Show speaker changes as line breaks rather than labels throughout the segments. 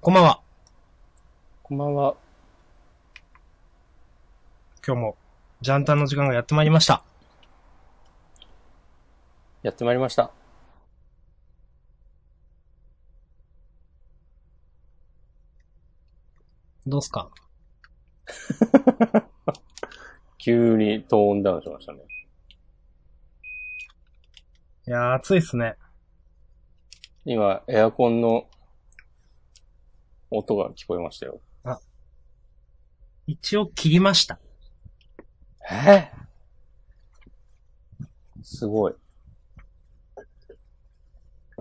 こんばんは。
こんばんは。
今日も、ジャンタンの時間がやってまいりました。
やってまいりました。
どうすか
急にトーンダウンしましたね。
いやー、暑いっすね。
今、エアコンの音が聞こえましたよ。
一応切りました。
えすごい。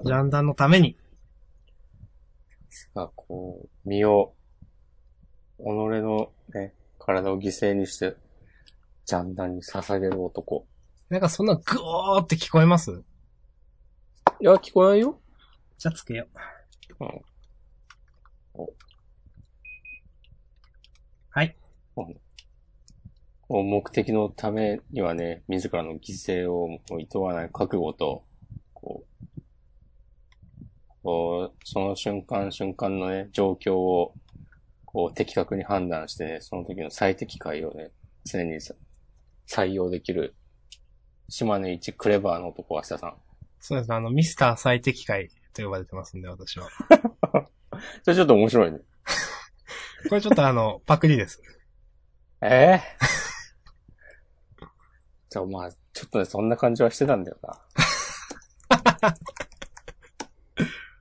ジャンタンのために。
あ、こう、身を、己のね、体を犠牲にして、ジャンダンに捧げる男。
なんかそんなグオーって聞こえます
いや、聞こえないよ。
じゃあつけよう。
うん。
はい。
こう目的のためにはね、自らの犠牲をもう厭わない覚悟と、こう、こうその瞬間瞬間のね、状況を、こう、的確に判断してね、その時の最適解をね、常にさ採用できる、島根一クレバーの男、明日さん。
そうですね、あの、ミスター最適解と呼ばれてますんで、私は。
それちょっと面白いね。
これちょっとあの、 パクリです。
ええ じゃあまあ、ちょっとね、そんな感じはしてたんだよな。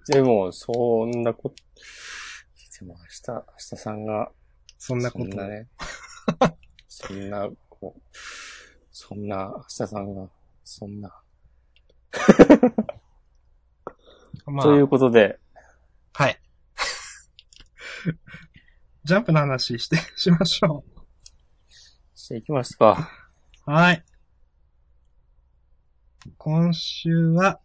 でも、そんなこと、でも明日、明日さんが、
そんなこと
そんなね、そ んな、こう、そんな、明日さんが、そんな。
まあ
と、いうことで、
はい。 ジャンプの話して、しましょ
していきますか。
う。はい。今週は、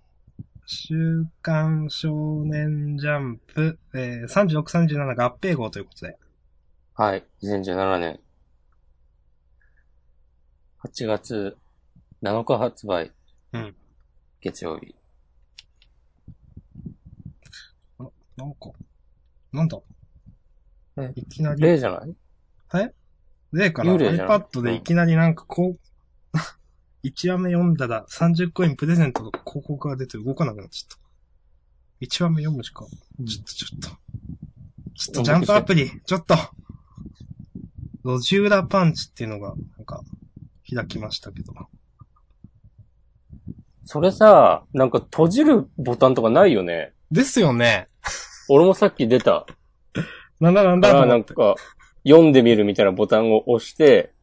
週刊少年ジャンプ、えー、36、37合併号ということで。
はい、2017年。8月7日発売。
うん
月曜日。
なんか、なんだ
え
いきなり、
例じゃない
でから
幽霊じゃない
iPad でいきなりなんかこう、1話目読んだら30コインプレゼントの広告が出て動かなくなっちゃった。1話目読むしか、ちょっとちょっと。ちょっとジャンプアプリ、ちょっと路地裏パンチっていうのが、なんか、開きましたけど。
それさ、なんか閉じるボタンとかないよね。
ですよね。
俺もさっき出た。
なんだなんだ
か
と
らな
思っ
ん
て。
か、読んでみるみたいなボタンを押して、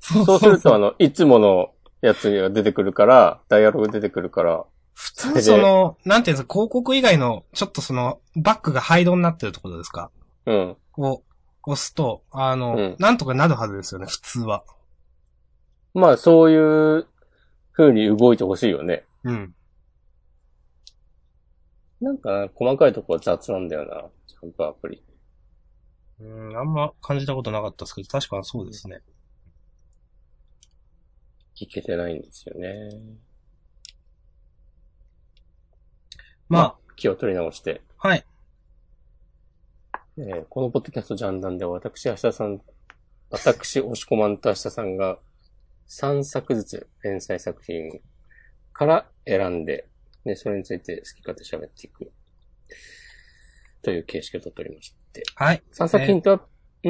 そうそう
そす
う
る
そう。
とあの、いつものやつが出てくるから、ダイアログ出てくるから、
普通その、なんていうんですか、広告以外の、ちょっとその、バックが灰色になってるところですか
うん。
を押すと、あの、
うん
なんとかなるはずですよね、普通は。
まあそういう風に動いてほしいよね。
うん。
なんか、細かいとこは雑なんだよな。ジャンプアプリ。
うん、あんま感じたことなかったですけど、確かにそうですね。
いけてないんですよね。
ま
気を取り直して。
あ、はい。
えーこのポッドキャストジャンダンでは、私、明日さん、私、押し込まんと明日さんが、3作ずつ連載作品から選んで、で、それについて好き勝手喋っていく、という形式をとっておりまして、
はい。
3作品とは、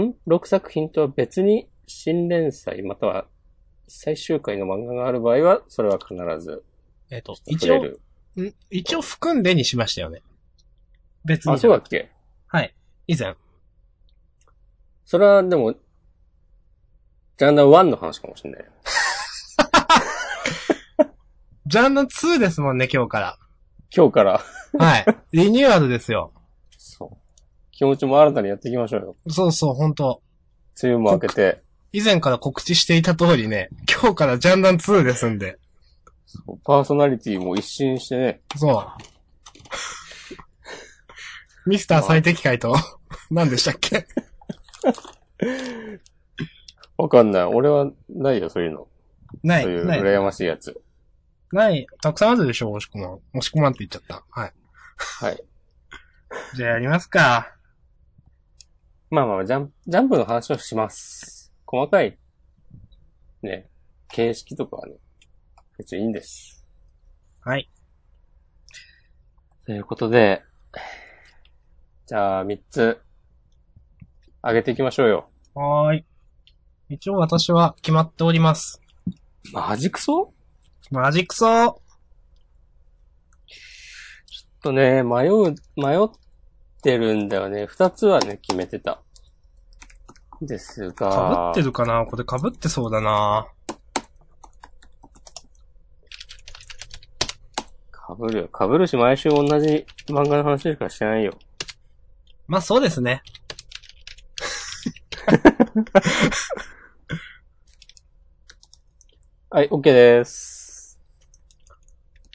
ん ?6 作品とは別に、新連載、または、最終回の漫画がある場合は、それは必ず、
えっ、と、
触
一
れ
応、
る。
ん一応含んでにしましたよね。別に。
あ、そうだっけ
はい。以前。
それは、でも、ジャンダン1の話かもしれない。
ジャンル2ですもんね、今日か
今日から、
ら。はい。 リニューアルですよ。
そう。気持ちも新たにやっていきましょうよ。
そうそう、本当
梅雨も明けて、
以前から告知していた通りね、今日からジャンル2ですんで。
そうパーソナリティも一新してね、
そう。ミスター最適解と、何でしたっけ
わかんない。俺はないよ、そういうの。
な
そうい
い、
う
ない。
羨ましいやつ。
ない、たくさんあるでしょ、押し込まん。押し込まんって言っちゃった。はい。
はい。
じゃあやりますか。
まあまあ、ジャンプ、ジャンプの話をします。細かい、ね、形式とかはね、別にいいんです。
はい。
ということで、じゃあ、3つ、上げていきましょうよ。
はーい。一応私は決まっております。
マジクソ
マジクソ
ちょっとね、迷う、迷ってるんだよね。2つはね、決めてた。です
か
が、
ぶってるかなこれかぶってそうだな
かぶるよ。かぶるし、毎週同じ漫画の話しかしてないよ。
まあそうですね。
はい、OK です。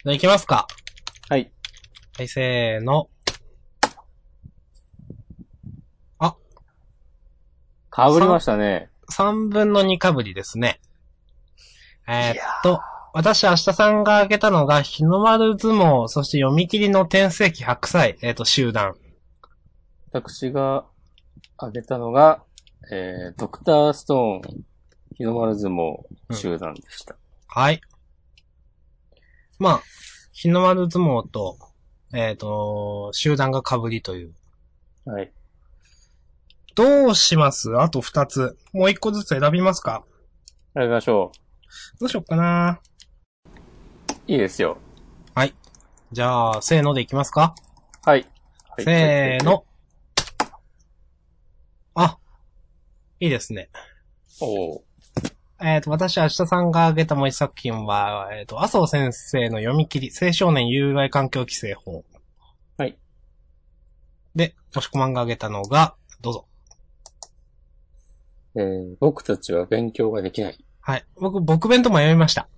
じゃあ行きますか。
はい。
はい、せーの。
かぶりましたね。
3分の2かぶりですね。えー
い
っ
や
と、私、明日さんが挙げたのが、日の丸相撲、そして読み切りの転生期白菜、えーっと、集団。
私が挙げたのが、えー、ドクターストーン、日の丸相撲集団でした。
はい。まあ、日の丸相撲と、えーっと、集団がかぶりという。
はい。
どうしますあと2つ。もう1個ずつ選びますか
やりましょ
どうしよっかな
う。いいですよ。
じゃあ、せーのでいきますか
はい。はい
せー。の。あ、いいですね。
おー
えっ、と、私、明日さんが挙げたもう一作品は、えっ、と、麻生先生の読み切り、青少年有害環境規制法。
はい。
で、もしこまんが挙げたのが、どうぞ。
えー、僕たちは勉強ができない。
はい。僕、僕弁と迷いました。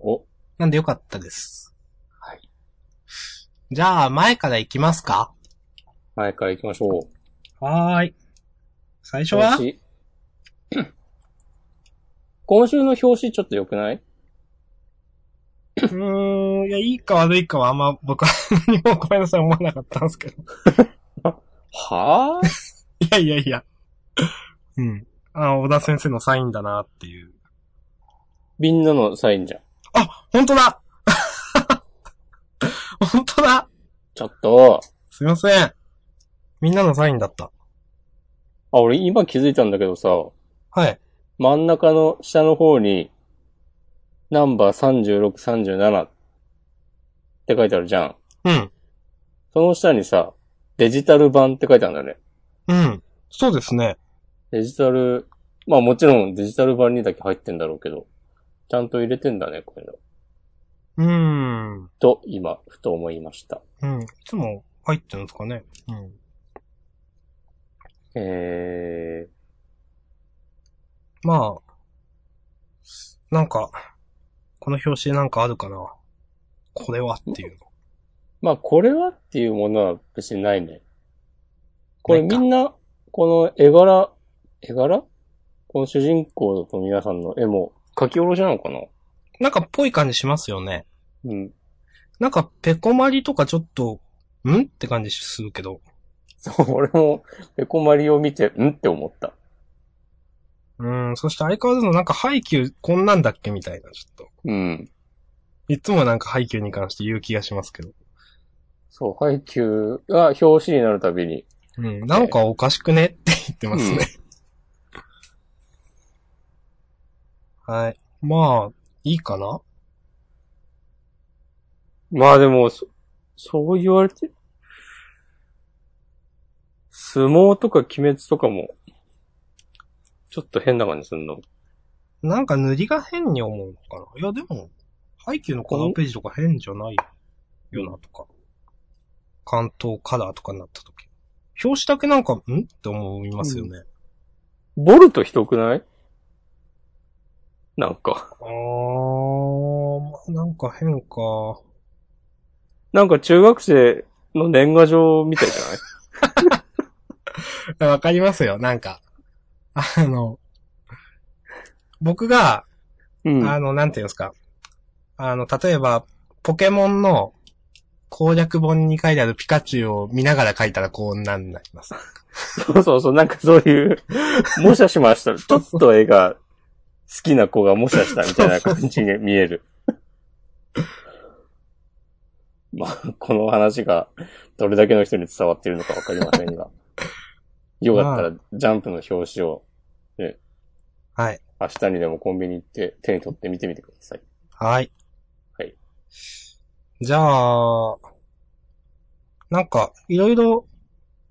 お、
なんでよかったです。
はい。
じゃあ、前から行きますか
前から行きましょう。
はーい。最初は
表紙今週の表紙ちょっと良くないう
ーん、いや、いいか悪いかはあんま僕は 何もごめんなさい思わなかったんですけど。
はぁ
いやいやいや。うん。あ小田先生のサインだなっていう。
みんなのサインじゃん。
あ、本当だ 本当だ
ちょっと、
すいません。みんなのサインだった。
あ、俺今気づいたんだけどさ、
はい。
真ん中の下の方に、ナンバー36、37って書いてあるじゃん。
うん。
その下にさ、デジタル版って書いてあるんだよね。
うん。そうですね。
デジタル、まあもちろんデジタル版にだけ入ってんだろうけど、ちゃんと入れてんだね、こういうの。
うーん。う
と、今、ふと思いました。
ん。いつも入ってるんですかね。うん。
え
まあ。なんか、この表紙なんかあるかな。これはっていうの。
ー、まあこれはっていうものは別にないね。これ
ないか
みんな、この絵柄、絵柄この主人公と皆さんの絵も書き下ろしなのかな
なんかっぽい感じしますよね。
うん。
なんか、ペコマリとかちょっと、んって感じするけど。
そう、俺も、ペコマリを見て、んって思った。
うーん、そして相変わらずのなんか配給こんなんだっけみたいな、ちょっと。
うん。
いつもなんか配給に関して言う気がしますけど。
そう、配給が表紙になるたびに、
うん、なんかおかしくねって言ってますね。 はい。まあ、いいかな
まあでも、そそう言われて、相撲とか鬼滅とかも、ちょっと変な感じするの。
なんか塗りが変に思うのかないや、でも、配給のこのページとか変じゃないよな、とか。関東カラーとかになった時。表紙だけなんか、んって思いますよね。
ボルトひどくないなんか、
あー、なんか変か。
なんか中学生の年賀状みたいじゃない
わかりますよ、なんか。あの、僕が、
うん。
あの、なんていうんですか。あの、例えば、ポケモンの、攻略本に書いてあるピカチュウを見ながら書いたらこんなんになります。
そうそうそう、なんかそういう、もしゃしました。ちょっと絵が好きな子がもしゃしたみたいな感じに見える。まあ、この話がどれだけの人に伝わっているのかわかりませんが。よかったら、ジャンプの表紙を
はい。
明日にでもコンビニ行って手に取って見てみてください。
はい。
はい。
じゃあ、なんか、いろいろ、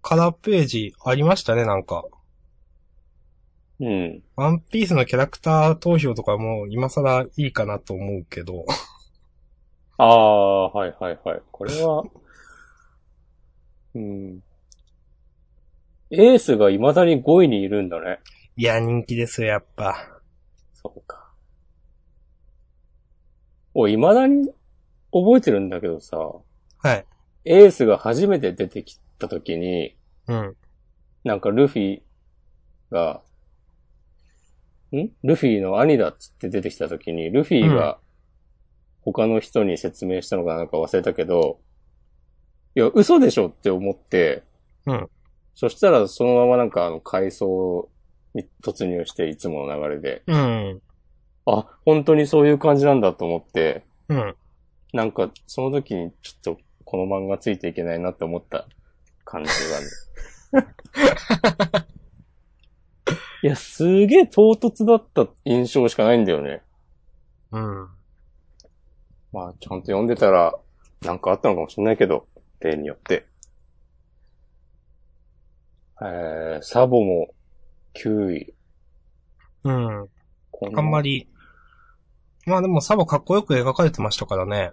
カラーページありましたね、なんか。
うん。
ワンピースのキャラクター投票とかもう今更いいかなと思うけど。
ああ、はいはいはい。これは、うん。エースが未だに5位にいるんだね。
いや、人気ですよ、やっぱ。
そうか。おい、未だに覚えてるんだけどさ、
はい。
エースが初めて出てきた時に、
うん。
なんかルフィが、んルフィの兄だっつって出てきた時に、ルフィが他の人に説明したのかなんか忘れたけど、いや、嘘でしょって思って、
うん。
そしたらそのままなんかあの階層に突入して、いつもの流れで、
うん。
あ、本当にそういう感じなんだと思って、
うん。
なんか、その時にちょっとこの漫画ついていけないなって思った感じがある。 いや、すげえ唐突だった印象しかないんだよね。
うん。
まあ、ちゃんと読んでたら、なんかあったのかもしれないけど、例によって。えー、サボも9位。
うん。
こ
あんま。り。まあでもサボかっこよく描かれてましたからね。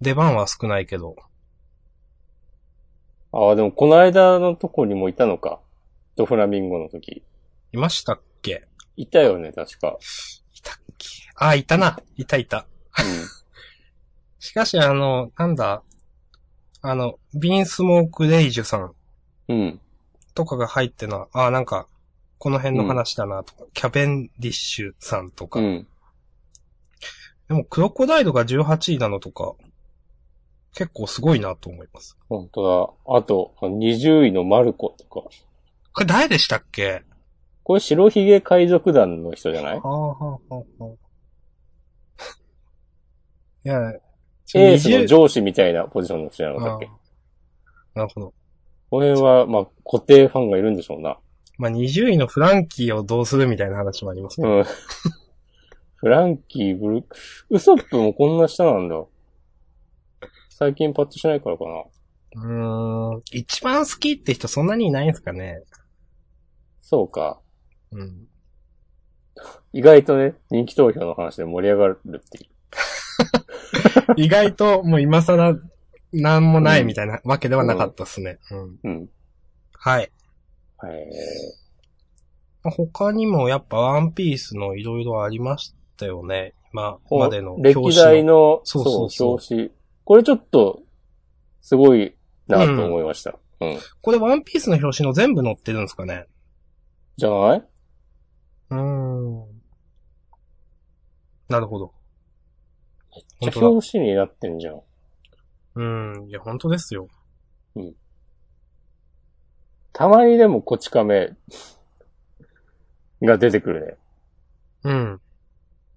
出番は少ないけど。
ああ、でもこの間のとこにもいたのか。ドフラミンゴの時。
いましたっけ
いたよね、確か。
いたっけあ、いたな。いたいた。しかし、あの、なんだ、あの、ビンスモーク・レイジュさん
うん。うん。
とかが入ってのは、ああ、なんか、この辺の話だなとか、キャベンディッシュさんとか。
うん。
でも、クロコダイドが18位なのとか、結構すごいなと思います。
本当だ。あと、20位のマルコとか。
これ誰でしたっけ
これ白ひげ海賊団の人じゃない
ああ、はあ、はあ。 いや、
エースの
20
上司みたいなポジションの人なのだっけ
ああなるほど。
これは、まあ、固定ファンがいるんでしょうな。
まあ、20位のフランキーをどうするみたいな話もありますね。
うん。 フランキー、ブル、ウソップもこんな下なんだ。最近パッとしないからかな。
うーん、一番好きって人そんなにいないんですかね。
そうか。
うん。
意外とね、人気投票の話で盛り上がるっていう。
意外ともう今更なんもないみたいなわけではなかったですね。うん。
うん。
はい。
はい。
他にもやっぱワンピースのいろいろありましたよね。今までの
歴代
の。
の、
そ
そう
そうそう
う、表紙。これちょっと、すごいなと思いました。うん。
これワンピースの表紙の全部載ってるんですかね。
じゃない
ー
う
ん。なるほど。
め
本
っち
当
ゃ
だ
表紙になってんじゃん。
うん。いや、本当ですよ。
たまにでもこち亀が出てくるね。
うん。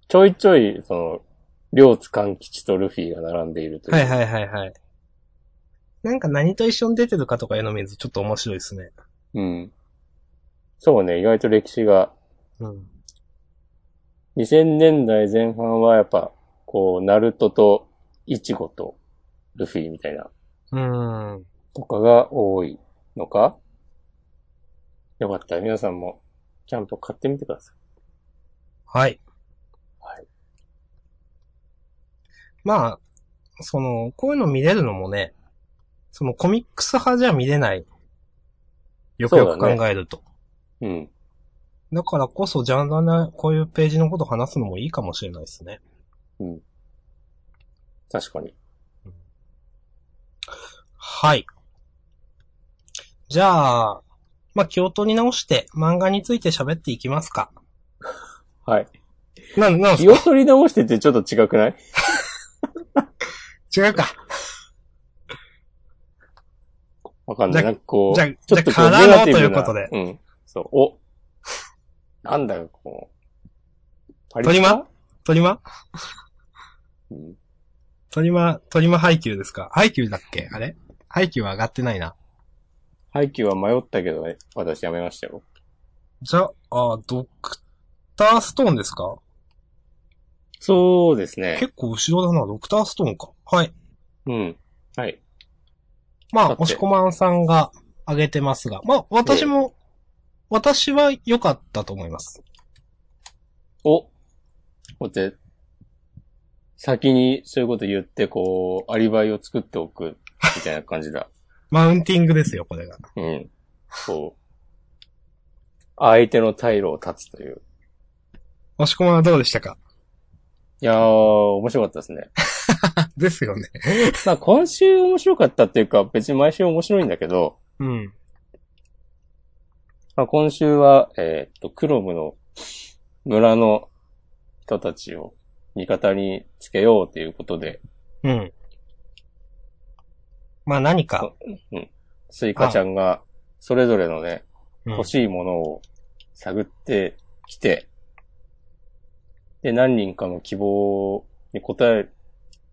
ちょいちょい、その、両津勘吉とルフィが並んでいるという。
はいはいはいはい。なんか何と一緒に出てるかとかいうのを見るとちょっと面白いですね。
うん。そうね、意外と歴史が、
うん。
2000年代前半はやっぱ、こう、ナルトとイチゴとルフィみたいな、
うーん。
とかが多いのかよかったら皆さんも、ジャンプ買ってみてください。
はい。
はい。
まあ、その、こういうの見れるのもね、そのコミックス派じゃ見れない。よくよ
そう
く
だね
考えると。だ
うん。
からこそ、ジャンルな、こういうページのこと話すのもいいかもしれないですね。
確かに。
はい。じゃあ、まあ、気を取り直して漫画について喋っていきますか。
はい。
な、なんす
気を取り直しててちょっと違くない
違うか。
わかんない。
じゃ
なんかこう、
じゃあ
ちょっと
じ
こ
ゃあ
う、
から
ネ
の
ガティブな
ということで
うん。そう、お。なんだよ、こう。パ
トリマトリマ
うん
トリマ、トリマ配給ですか配給だっけあれ配給は上がってないな。
配給は迷ったけどね、私やめましたよ。
じゃあ、ドクターストーンですか
そうですね。
結構後ろだな、ドクターストーンか。はい。
うん。はい。
ま
だ
あ
っ、て
押し込まんさんが上げてますが、まあ、私も、私は良かったと思います。
お。こうやって、先にそういうこと言って、こう、アリバイを作っておく、みたいな感じだ。
マウンティングですよ、これが。
うん。そう。相手の退路を断つという。
押し込まんはどうでしたか
いやー、面白かったですね。
ですよね。
まあ今週面白かったっていうか、別に毎週面白いんだけど、
うん。
まあ、今週は、えーっと、クロムの村の人たちを味方につけようということで、
うん。まあ何か、
スイカちゃんがそれぞれのね、
うん
欲しいものを探ってきて、で、何人かの希望に応える、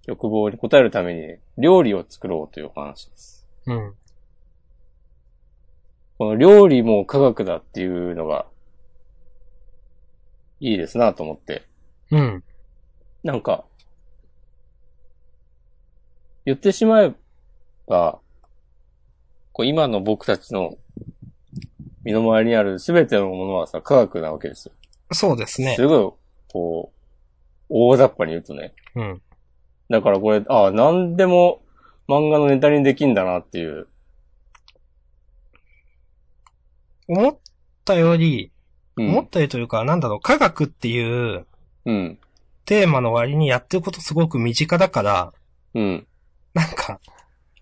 欲望に応えるために料理を作ろうというお話です。
うん。
この料理も科学だっていうのが、いいですなと思って。
うん。
なんか、言ってしまえば、こう今の僕たちの身の回りにある全てのものはさ、科学なわけですよ。
そうですね。
すごい、こう、大雑把に言うとね。
うん。
だからこれ、ああ、なんでも漫画のネタにできんだなっていう。
思ったより、
う
思っ
ん。
たよりというか、なんだろう、科学っていう
うん。
テーマの割にやってることすごく身近だから、
うん。
なんか、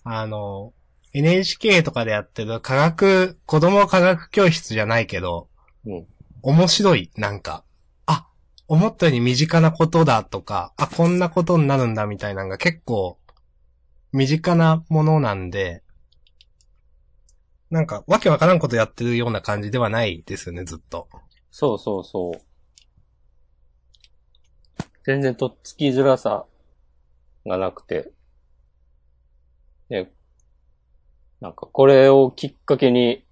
あの、NHK とかでやってる科学、子供科学教室じゃないけど、
うん
面白い、なんか。あ、思ったより身近なことだとか、あ、こんなことになるんだみたいなのが結構、身近なものなんで、なんか、わけわからんことやってるような感じではないですよね、ずっと。
そうそうそう。全然とっつきづらさがなくて。ね、なんかこれをきっかけに、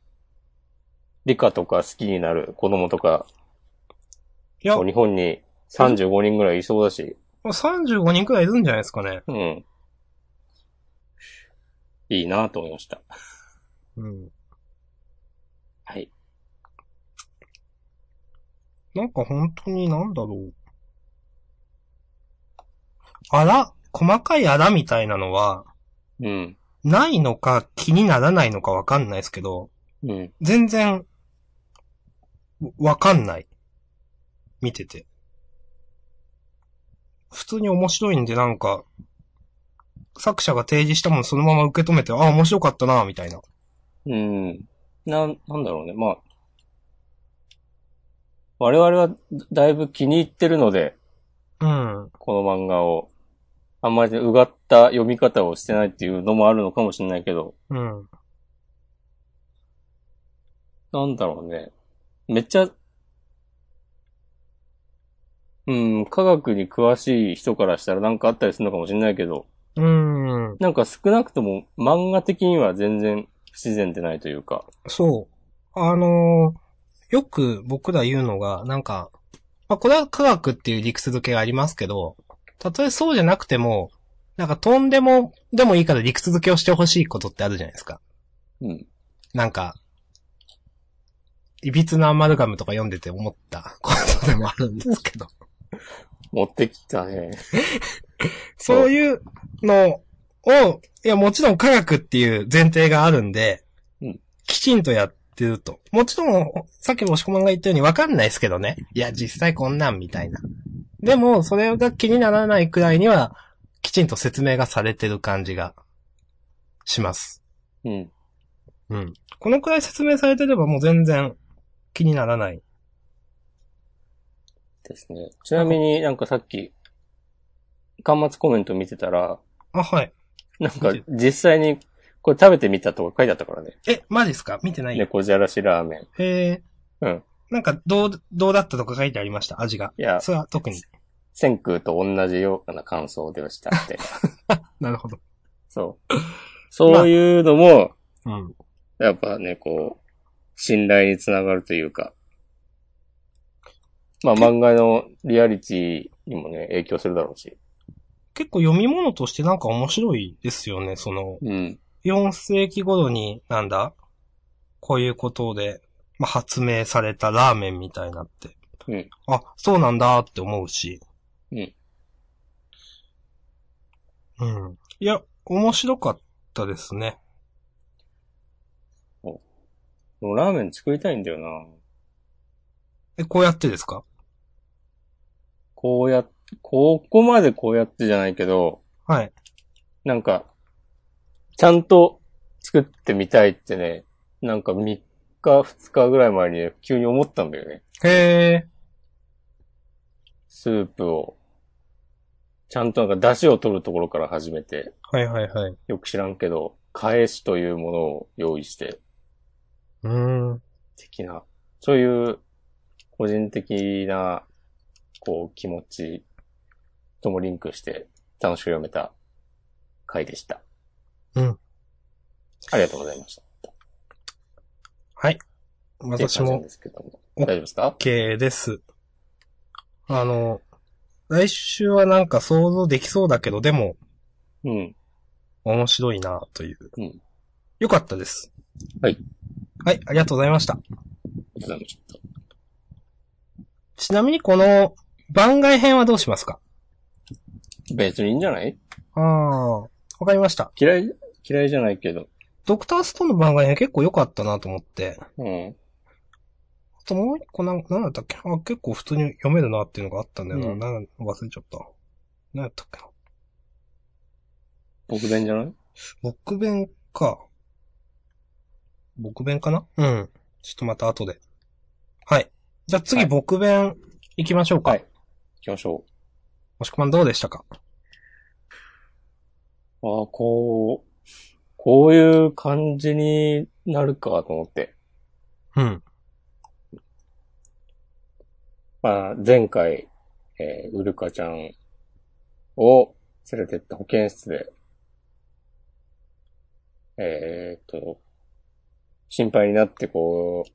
理科とか好きになる子供とか、
いや、
日本に35人ぐらいいそうだし、
35人くらいいるんじゃないですかね。
うん。いいなと思いました。
うん。
はい。
なんか本当になんだろう。あら、細かいあらみたいなのは、
うん。
ないのか気にならないのかわかんないですけど、
うん。
全然、わわかんない。見てて。普通に面白いんでなんか、作者が提示したものそのまま受け止めて、あ、面白かったな、みたいな。
うん。なん、なんだろうね。まあ。我々はだいぶ気に入ってるので、
うん。
この漫画を、あんまりうがった読み方をしてないっていうのもあるのかもしれないけど、
うん。
なんだろうね。めっちゃ、うん、科学に詳しい人からしたらなんかあったりするのかもしれないけど、
うん。
なんか少なくとも漫画的には全然不自然でないというか、
そう。あのーよく僕ら言うのが、なんか、まあ、これは科学っていう理屈付けがありますけど、たとえそうじゃなくても、なんかとんでも、でもいいから理屈付けをしてほしいことってあるじゃないですか。
うん。
なんか、いびつなアマルガムとか読んでて思ったことでもあるんですけど。
持ってきたね。
そういうのを、いや、もちろん科学っていう前提があるんで、
うん
きちんとやってると。もちろん、さっきも押し込まんが言ったようにわかんないですけどね。いや、実際こんなんみたいな。でも、それが気にならないくらいには、きちんと説明がされてる感じがします。
うん。
うん。このくらい説明されてればもう全然気にならない。
ですね。ちなみになんかさっき、端末コメント見てたら、
あ、はい。
なんか実際にこれ食べてみたとか書いてあったからね。
え、マジですか見てないよ。
猫じゃらしラーメン。
へえ。
うん。
なんか、どう、どうだったとか書いてありました、味が。
いや、
それは特に。
千空と同じような感想でした って。
なるほど。
そう。そういうのも、
うん。
やっぱね、こう、信頼につながるというか。まあ漫画のリアリティにもね、影響するだろうし。
結構読み物としてなんか面白いですよね、その、
うん。
4世紀頃に、なんだこういうことで、まあ、発明されたラーメンみたいなって。
うん
あ、そうなんだって思うし。
うん。
うん。いや、面白かったですね。
もうラーメン作りたいんだよな。
え、こうやってですか
こうやっ、ここまでこうやってじゃないけど、
はい。
なんか、ちゃんと作ってみたいってね、なんか3日、2日ぐらい前にね急に思ったんだよね。
へー。
スープを。ちゃんとなんか出汁を取るところから始めて、
はいはいはい。う
よく知らんけど、返しというものを用意して、
ーん。
的な、そういう個人的な、こう気持ちともリンクして楽しく読めた回でした。
うん。
ありがとうございました。
はい。
っていう
私
感じなん
も
ですけども。
お
大丈夫ですか
OK です。あの、来週はなんか想像できそうだけど、でも、
うん。
面白いなという。
うん
よかったです。
はい。
はい、ありがとうございました。
いつでもちょっと。
ちなみにこの番外編はどうしますか
別にいいんじゃない
ああ、わかりました。
嫌い、嫌いじゃないけど。
ドクターストーンの番外編結構良かったなと思って。
う
あ
ん。
ともう一個なん、なんだったっけあ、結構普通に読めるなっていうのがあったんだよな。
うん
なん忘れちゃった。なんやったっけな。
僕弁じゃない
僕弁か。僕弁かなうん。ちょっとまた後で。はい。じゃあ次、
はい
僕弁行きましょうか。
はい行きましょう。
もしくまんどうでしたか
ああ、こう、こういう感じになるかと思って。
うん。
まあ、前回、えー、ウルカちゃんを連れてった保健室で、えーっと、心配になってこう、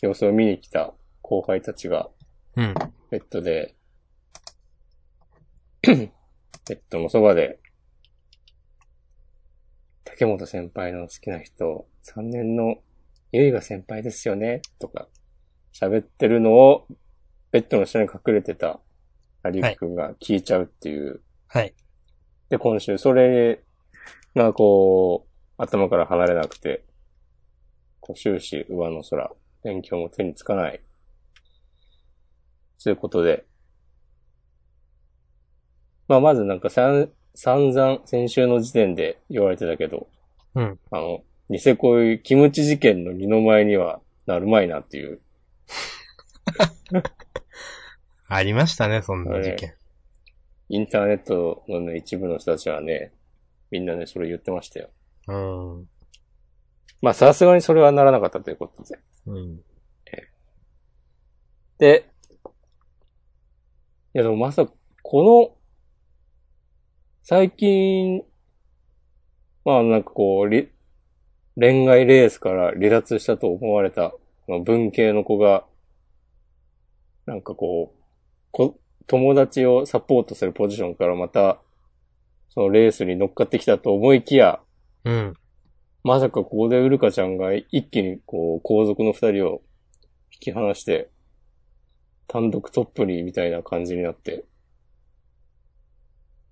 様子を見に来た後輩たちが
うん。
ベッドで、 ベッドのそばで、竹本先輩の好きな人、3年のゆいが先輩ですよね、とか、喋ってるのを、ベッドの下に隠れてた、有幸くんが聞いちゃうっていう、
はい。
で、今週、それがこう、頭から離れなくて、こう終始上の空、勉強も手につかない。ということで、まあ、まずなんかさん散々、先週の時点で言われてたけど、
うん。
あの、ニセ恋キムチ事件の二の前にはなるまいなっていう、
ありましたね、そんな事件。
インターネットのね、一部の人たちはね、みんなね、それ言ってましたよ。
うん。う
まあ、さすがにそれはならなかったということで。
ん。
で、いやでもまさか、この、最近、まあなんかこう、り恋愛レースから離脱したと思われた、まあ文系の子が、なんかこう、こ友達をサポートするポジションからまた、そのレースに乗っかってきたと思いきや、
うん。
まさかここでウルカちゃんが一気にこう、後続の二人を引き離して、単独トップにみたいな感じになって。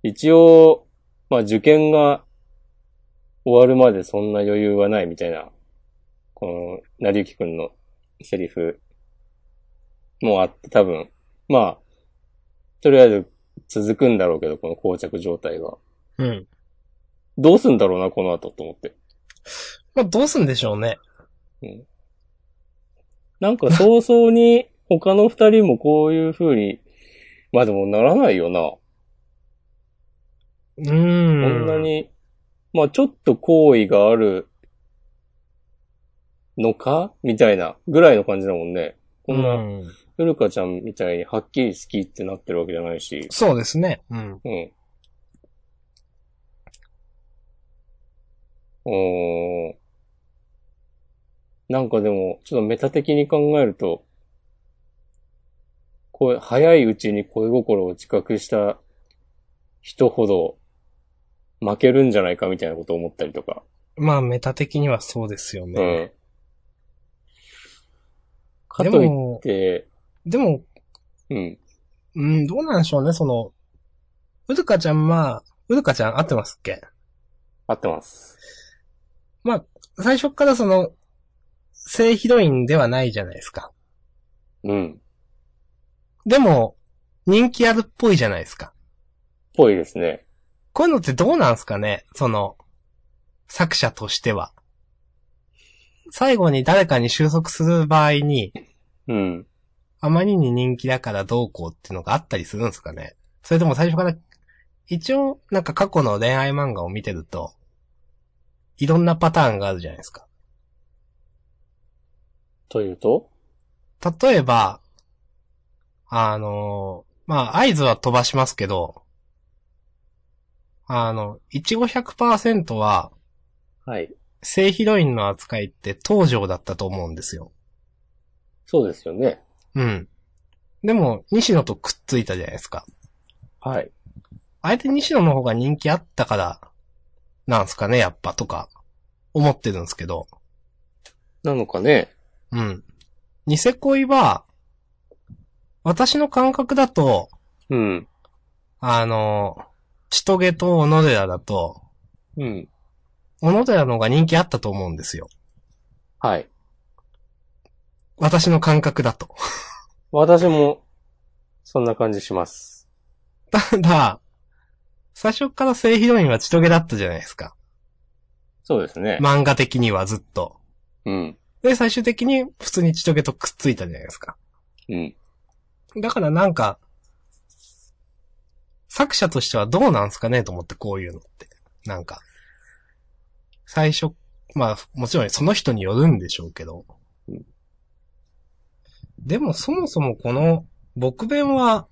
一応、まあ受験が終わるまでそんな余裕はないみたいな、この、なりゆきくんのセリフもあって多分、まあ、とりあえず続くんだろうけど、この膠着状態が。
うん。
どうすんだろうな、この後と思って。
まあ、どうすんでしょうね。
なんか早々に他の二人もこういう風に、まあでもならないよな。
うん。
こんなにまあちょっと好意があるのかみたいなぐらいの感じだもんね。こん
う
な、
ん
ゆるかちゃんみたいにはっきり好きってなってるわけじゃないし。
そうですね。うん。
うん。おー。なんかでも、ちょっとメタ的に考えると、こう早いうちに恋心を自覚した人ほど負けるんじゃないかみたいなことを思ったりとか。
まあ、メタ的にはそうですよ
う
ね。
ん。か
で
といっ
も、
て、
でも、
うん。
うん、どうなんでしょうね、その、うるかちゃん、まあ、うるかちゃん合ってますっけ
合ってます。
最初からその、正ヒロインではないじゃないですか。
うん。
でも、人気あるっぽいじゃないですか。
ぽいですね。
こういうのってどうなんすかねその、作者としては。最後に誰かに収束する場合に、
うん。
あまりに人気だからどうこうっていうのがあったりするんですかねそれとも最初から、一応、なんか過去の恋愛漫画を見てると、いろんなパターンがあるじゃないですか。
というと
例えば、あのーまあ、合図は飛ばしますけど、あの、いちご100%は、
はい。
正ヒロインの扱いって東条だったと思うんですよ。
そうですよね。
うん。でも、西野とくっついたじゃないですか。
はい。
あえて西野の方が人気あったから、なんすかね、やっぱ、とか、思ってるんですけど。
なのかね。
うん。ニセ恋は、私の感覚だと、
うん。
あの、千トゲと小野寺だと、
うん。
小野寺の方が人気あったと思うんですよ。
はい。
私の感覚だと。
私も、そんな感じします。
ただ、最初から正ヒロインは千トゲだったじゃないですか。
そうですね。
漫画的にはずっと。
うん。
で、最終的に普通に千トゲとくっついたじゃないですか。
うん。
だからなんか、作者としてはどうなんすかねと思ってこういうのって。なんか、最初、まあ、もちろんその人によるんでしょうけど
うん。
でもそもそもこの、僕弁は、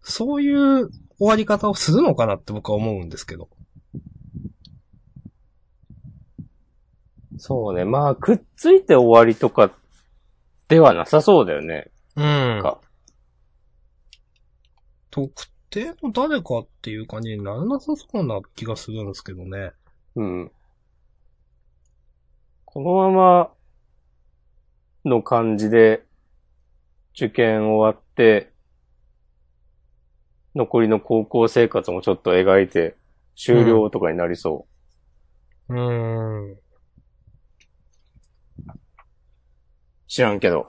そういう終わり方をするのかなって僕は思うんですけど。
そうね。まあ、くっついて終わりとか、ではなさそうだよね。
うん
か。
特定の誰かっていう感じにならなさそうな気がするんですけどね。
うん。このまま、の感じで、受験終わって、残りの高校生活もちょっと描いて、終了とかになりそう。
うーん。
知らんけど。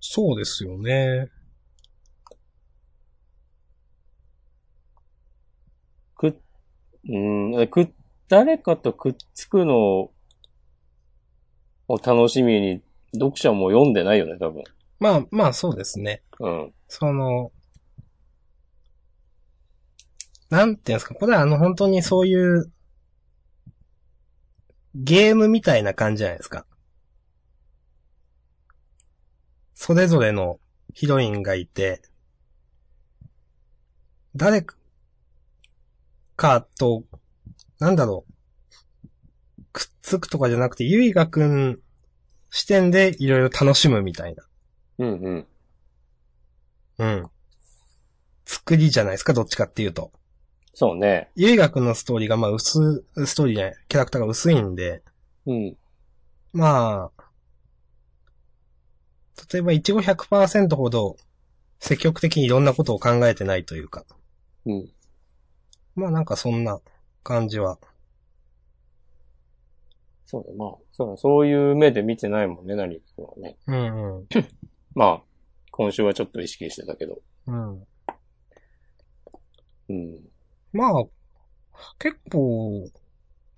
そうですよね。
くっ、うん、くっ、誰かとくっつくのをを楽しみに、読者も読んでないよね、多分。
まあまあそうですね。
うん。
その、なんていうんですか、これはあの本当にそういう、ゲームみたいな感じじゃないですか。それぞれのヒロインがいて、誰かと、なんだろう、くっつくとかじゃなくて、ゆいがくん視点でいろいろ楽しむみたいな。
うんうん。
うん。作りじゃないですか、どっちかっていうと。
そうね。
ゆいがくんのストーリーがまあ薄、ストーリーじゃない、キャラクターが薄いんで、
うん。
まあ、例えば、いちご100%ほど、積極的にいろんなことを考えてないというか、
うん。
まあなんかそんな感じは。
そうだ、まあ、そうだ、そういう目で見てないもんね、何君はね。
うんうん。
まあ、今週はちょっと意識してたけど。
うん。
うん。
まあ、結構、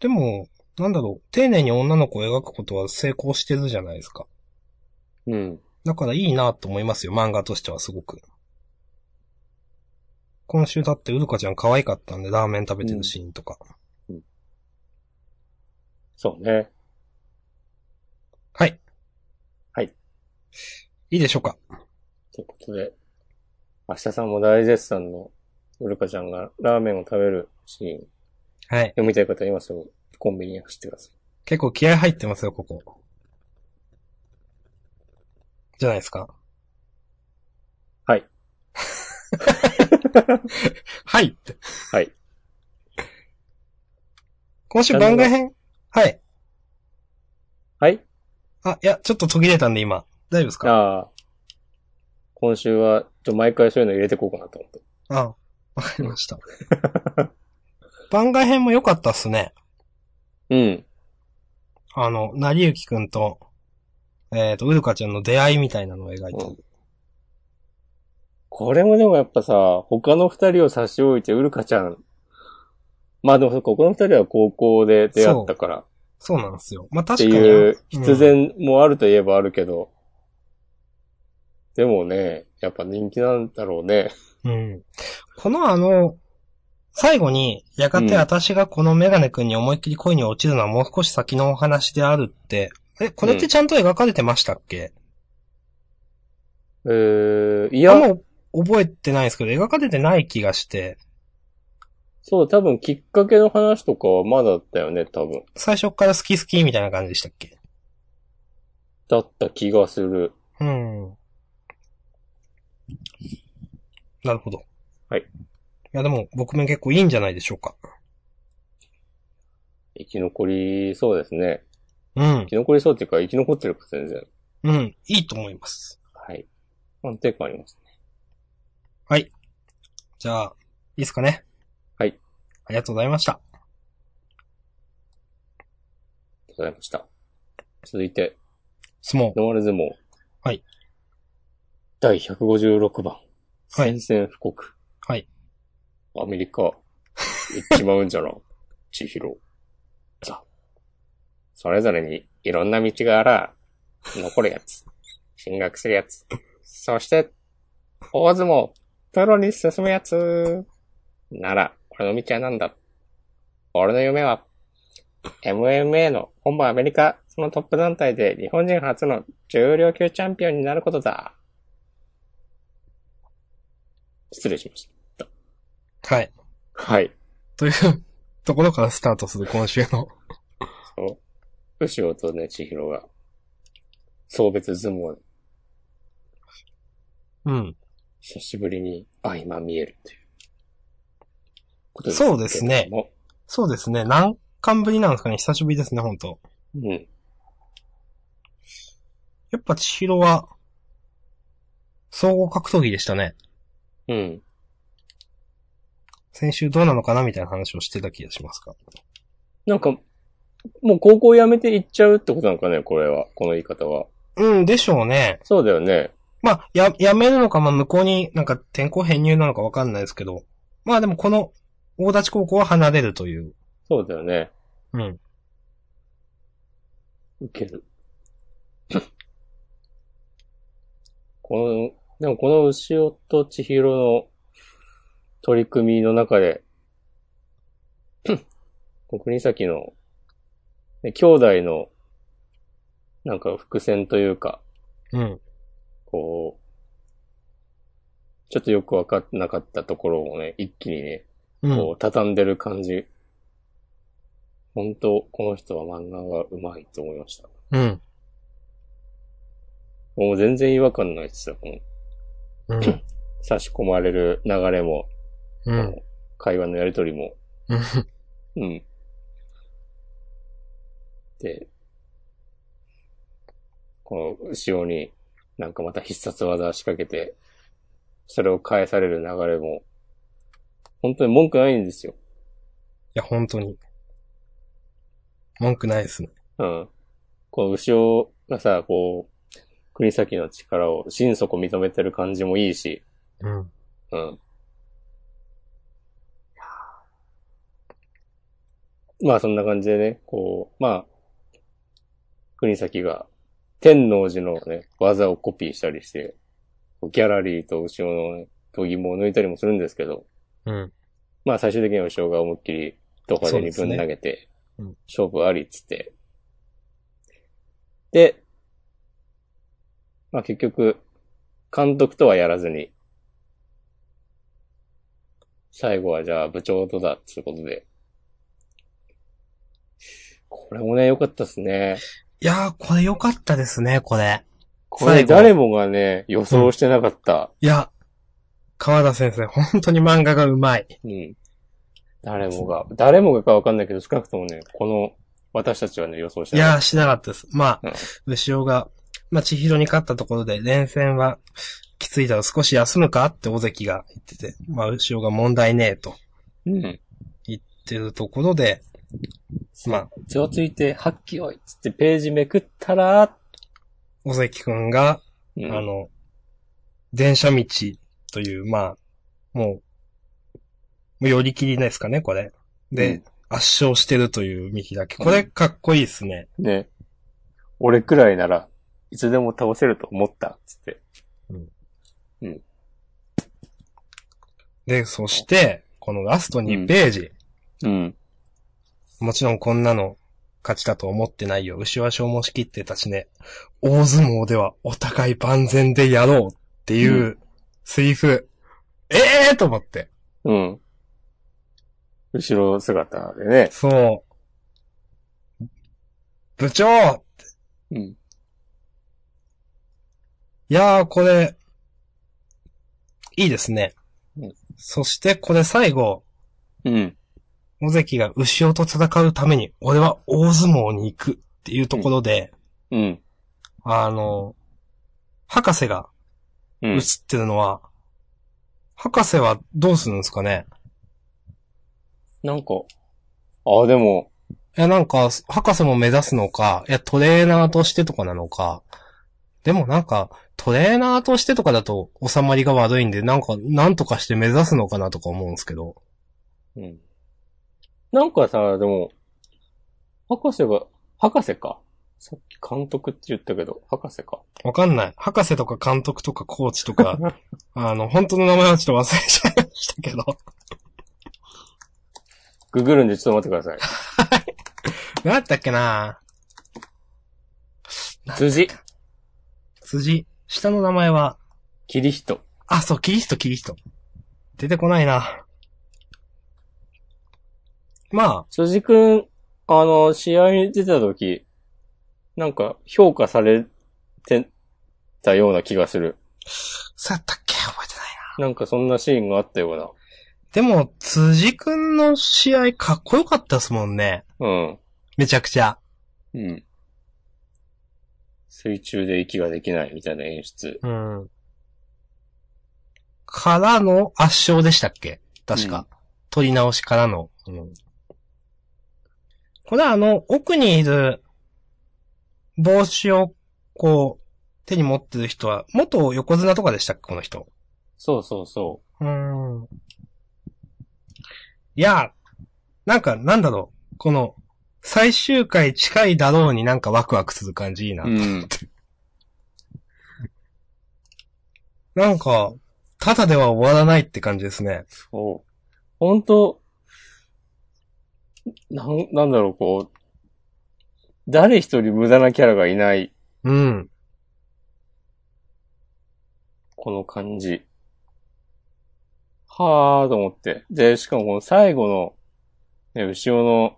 でも、なんだろう、丁寧に女の子を描くことは成功してるじゃないですか。
うん。
だからいいなと思いますよ、漫画としてはすごく。今週だってうるかちゃん可愛かったんで、ラーメン食べてるシーンとか。
そうね。
はい。
はい。
いいでしょうか
ということで、明日さんも大絶賛のうるかちゃんがラーメンを食べるシーン、
はい。
読みたい方は今すぐコンビニに走ってください。
結構気合入ってますよ、ここ。じゃないですか
はい。
はいって。
はい。
今週番外編はい。
はい
あ、いや、ちょっと途切れたんで今。大丈夫ですか
ああ。今週は、ちょ、毎回そういうの入れてこうかなと思って。
あわかりました。番外編も良かったっすね。
うん。
あの、なりゆきくんと、えっ、と、うるかちゃんの出会いみたいなのを描いて
う
る
ん。これもでもやっぱさ、他の二人を差し置いて、ウルカちゃん。まあでもそっか、この二人は高校で出会ったからっ
そうなんですよ。まあ、
て
確かに。
いう
うん
必然もあるといえばあるけど。でもね、やっぱ人気なんだろうね。
うん。このあの、最後に、やがて私がこのメガネ君に思いっきり恋に落ちるのはもう少し先のお話であるって、え、これってちゃんと描かれてましたっけ、
えー、い
い
や、
あんま覚えてないですけど、描かれてない気がして、
そう、多分きっかけの話とかはまだだったよね、多分。
最初っから好き好きみたいな感じでしたっけ
だった気がする。
うん。なるほど。
はい
いや、でも、僕も結構いいんじゃないでしょうか。
生き残りそうですね。
うん
生。き残りそうっていうか、生き残ってるか全然。
うん。いいと思います。
はい。安定感ありますね。
じゃあ、いいですかね。
はい。
ありがとうございました。
ありがとうございました。続いて、
質問。
ノワル相撲。
はい。
第156番。
はい。
宣戦布告。
はい。
アメリカ、行っちまうんじゃな。 千尋。さ。それぞれにいろんな道があら、残るやつ。進学するやつ。そして、大相撲、プロに進むやつ。なら、俺の道は何だ俺の夢は、MMA の本場アメリカ、そのトップ団体で日本人初の重量級チャンピオンになることだ。失礼しました。
はい。
はい。
というところからスタートする今週の。
そう。後ろとね、千尋が、送別相撲で
うん。
久しぶりに相まみえるという。こと
そうですね
けれども
そうですね。何巻ぶりなんですかね久しぶりですね、本当
うん。
やっぱ千尋は、総合格闘技でしたね。
うん。
先週どうなのかなみたいな話をしてた気がしますか。
なんか、もう高校辞めて行っちゃうってことなのかね、これは。この言い方は。
うん、でしょうね。
そうだよね。
まあ、や、やめるのか、まあ、向こうになんか転校編入なのかわかんないですけど。まあでもこの、大立高校は離れるという。
そうだよね。
うん。
受ける。 この、でもこの牛尾と千尋の取り組みの中で、 国崎の、ね兄弟の、なんか伏線というか、
うん。
こう、ちょっとよくわかんなかったところをね、一気にね、
うん。
こう、畳んでる感じ。本当この人は漫画が上手いと思いました。
うん。
もう全然違和感ないですよ。この
うん。
差し込まれる流れも、
うん。
会話のやりとりも。
うん
うん。で、この後ろになんかまた必殺技仕掛けて、それを返される流れも、本当に文句ないんですよ。
いや、本当に。文句ないですね。
うん。この後ろがさ、こう、国崎の力を心底認めてる感じもいいし、
うん。
うん。まあそんな感じでね、こう、まあ、国崎が天王寺のね、技をコピーしたりして、ギャラリーと後ろの、ね、研ぎも抜いたりもするんですけど、
うん。
まあ最終的には吉尾が思いっきりどこでにぶん投
そう
げて、
ですねうん
勝負ありっつって。で、まあ結局、監督とはやらずに、最後はじゃあ部長とだっていうことで。これもね、良かったですね。
いやー、これ良かったですね、これ。
これ誰もがね、予想してなかった。
いや、川田先生、本当に漫画がうまい。
うん。誰もが、誰もがかわかんないけど、少なくともね、この、私たちはね、予想して
い
なかった
やー、しなかったです。ま
う
あ
ん、
牛尾が、まあ、千尋に勝ったところで、連戦は、きついだろ、少し休むかって大関が言ってて、まあ、牛尾が問題ねえと
うん。
言ってるところで、まあ、
ちょついて、発揮をいっつってページめくったら、
大関くんが、
うん
あの、電車道という、まあ、もう、もう寄り切りですかね、これ。で、
うん
圧勝してるという見開き。これ、かっこいいですね。
ね、俺くらいなら、いつでも倒せると思った、つって。
で、そして、このラスト2ページ。
うん。
もちろんこんなの勝ちだと思ってないよ。牛は消耗しきってたしね。大相撲ではお互い万全でやろうって
う
いうセリフ。ええー、と思って。
うん。後ろ姿でね。
そう。部長
うん。
いやー、これ、いいですね。
うん
そして、これ最後、
うん。
尾関が牛尾と戦うために、俺は大相撲に行くっていうところで、
うん。
あの、博士が
う
映
ん。
ってるのは、博士はどうするんですかね
なんか、ああ、でも、
いや、なんか、博士も目指すのか、いや、トレーナーとしてとかなのか、でもなんか、トレーナーとしてとかだと収まりが悪いんで、なんか、なんとかして目指すのかなとか思うんですけど。
うん。なんかさ、でも、博士が、博士か。さっき監督って言ったけど、博士か。
わかんない。博士とか監督とかコーチと か、あの、本当の名前はちょっと忘れちゃいましたけど。
ググるんでちょっと待ってください。
何だったっけな
辻、
辻。下の名前は、
キリヒト。
あ、そう、キリスト、キリスト。出てこないな。まあ、
辻くん、あの、試合に出た時、なんか、評価されてたような気がする。
そうやったっけ覚えてない
なんかそんなシーンがあったよう
な。でも、辻くんの試合かっこよかったですもんね。
な。うん。
めちゃくちゃ。
うん。水中で息ができないみたいな演出。
うん。からの圧勝でしたっけ確か。取り直しからの。うん。これはあの、奥にいる帽子をこう、手に持ってる人は、元横綱とかでしたっけこの人。
そうそうそう
ーん。いや、なんか、なんだろう。この、最終回近いだろうになんかワクワクする感じいいな。
う。うん。
なんか、ただでは終わらないって感じですね。
そう。ほんと、なん、なんだろう、こう、誰一人無駄なキャラがいない、
うん。
この感じ。はーと思って。で、しかもこの最後の、ね、後ろの、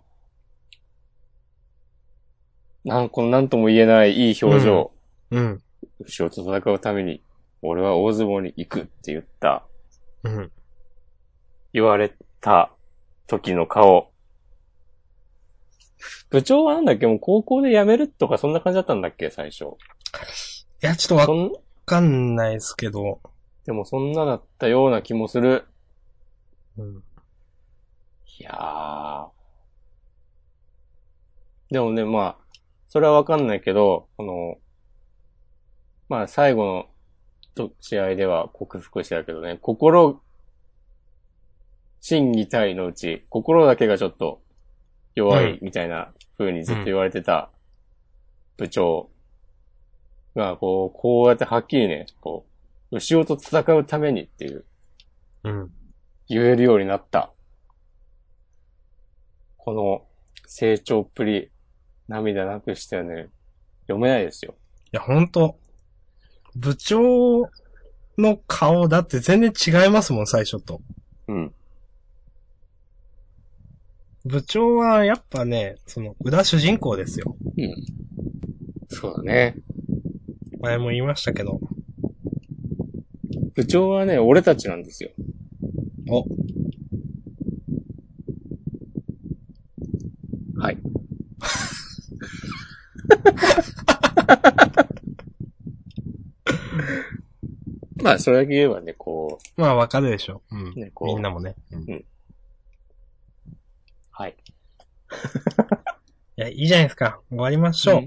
なん、このなんとも言えないいい表情。
うん。
後ろと戦うために、俺は大相撲に行くって言った、
うん。
言われた時の顔。部長はなんだっけもう高校で辞めるとかそんな感じだったんだっけ最初。
いや、ちょっと
そ
わ
ん、
かんないですけど。
でもそんなだったような気もする。
うん。
いやー。でもね、まあ、それはわかんないけど、この、まあ最後のと試合では克服したけどね、心、心技体のうち、心だけがちょっと弱いみたいな風にずっと言われてた部長が、こう、こうやってはっきりね、こう、牛尾と戦うためにっていう
うん。
言えるようになった。この成長っぷり、涙なくしたよね。読めないですよ。
いや、ほんと。部長の顔だって全然違いますもん、最初と。
うん。
部長はやっぱね、その、裏主人公ですよ。
うん。そうだね。
前も言いましたけど。
部長はね、俺たちなんですよ。
お。
はい。まあ、それだけ言えばね、こ
まあわかるでしょ。うん
う、。ね、こう。
みんなもね。うん
はい。
いや、いいじゃないですか。終わりましょ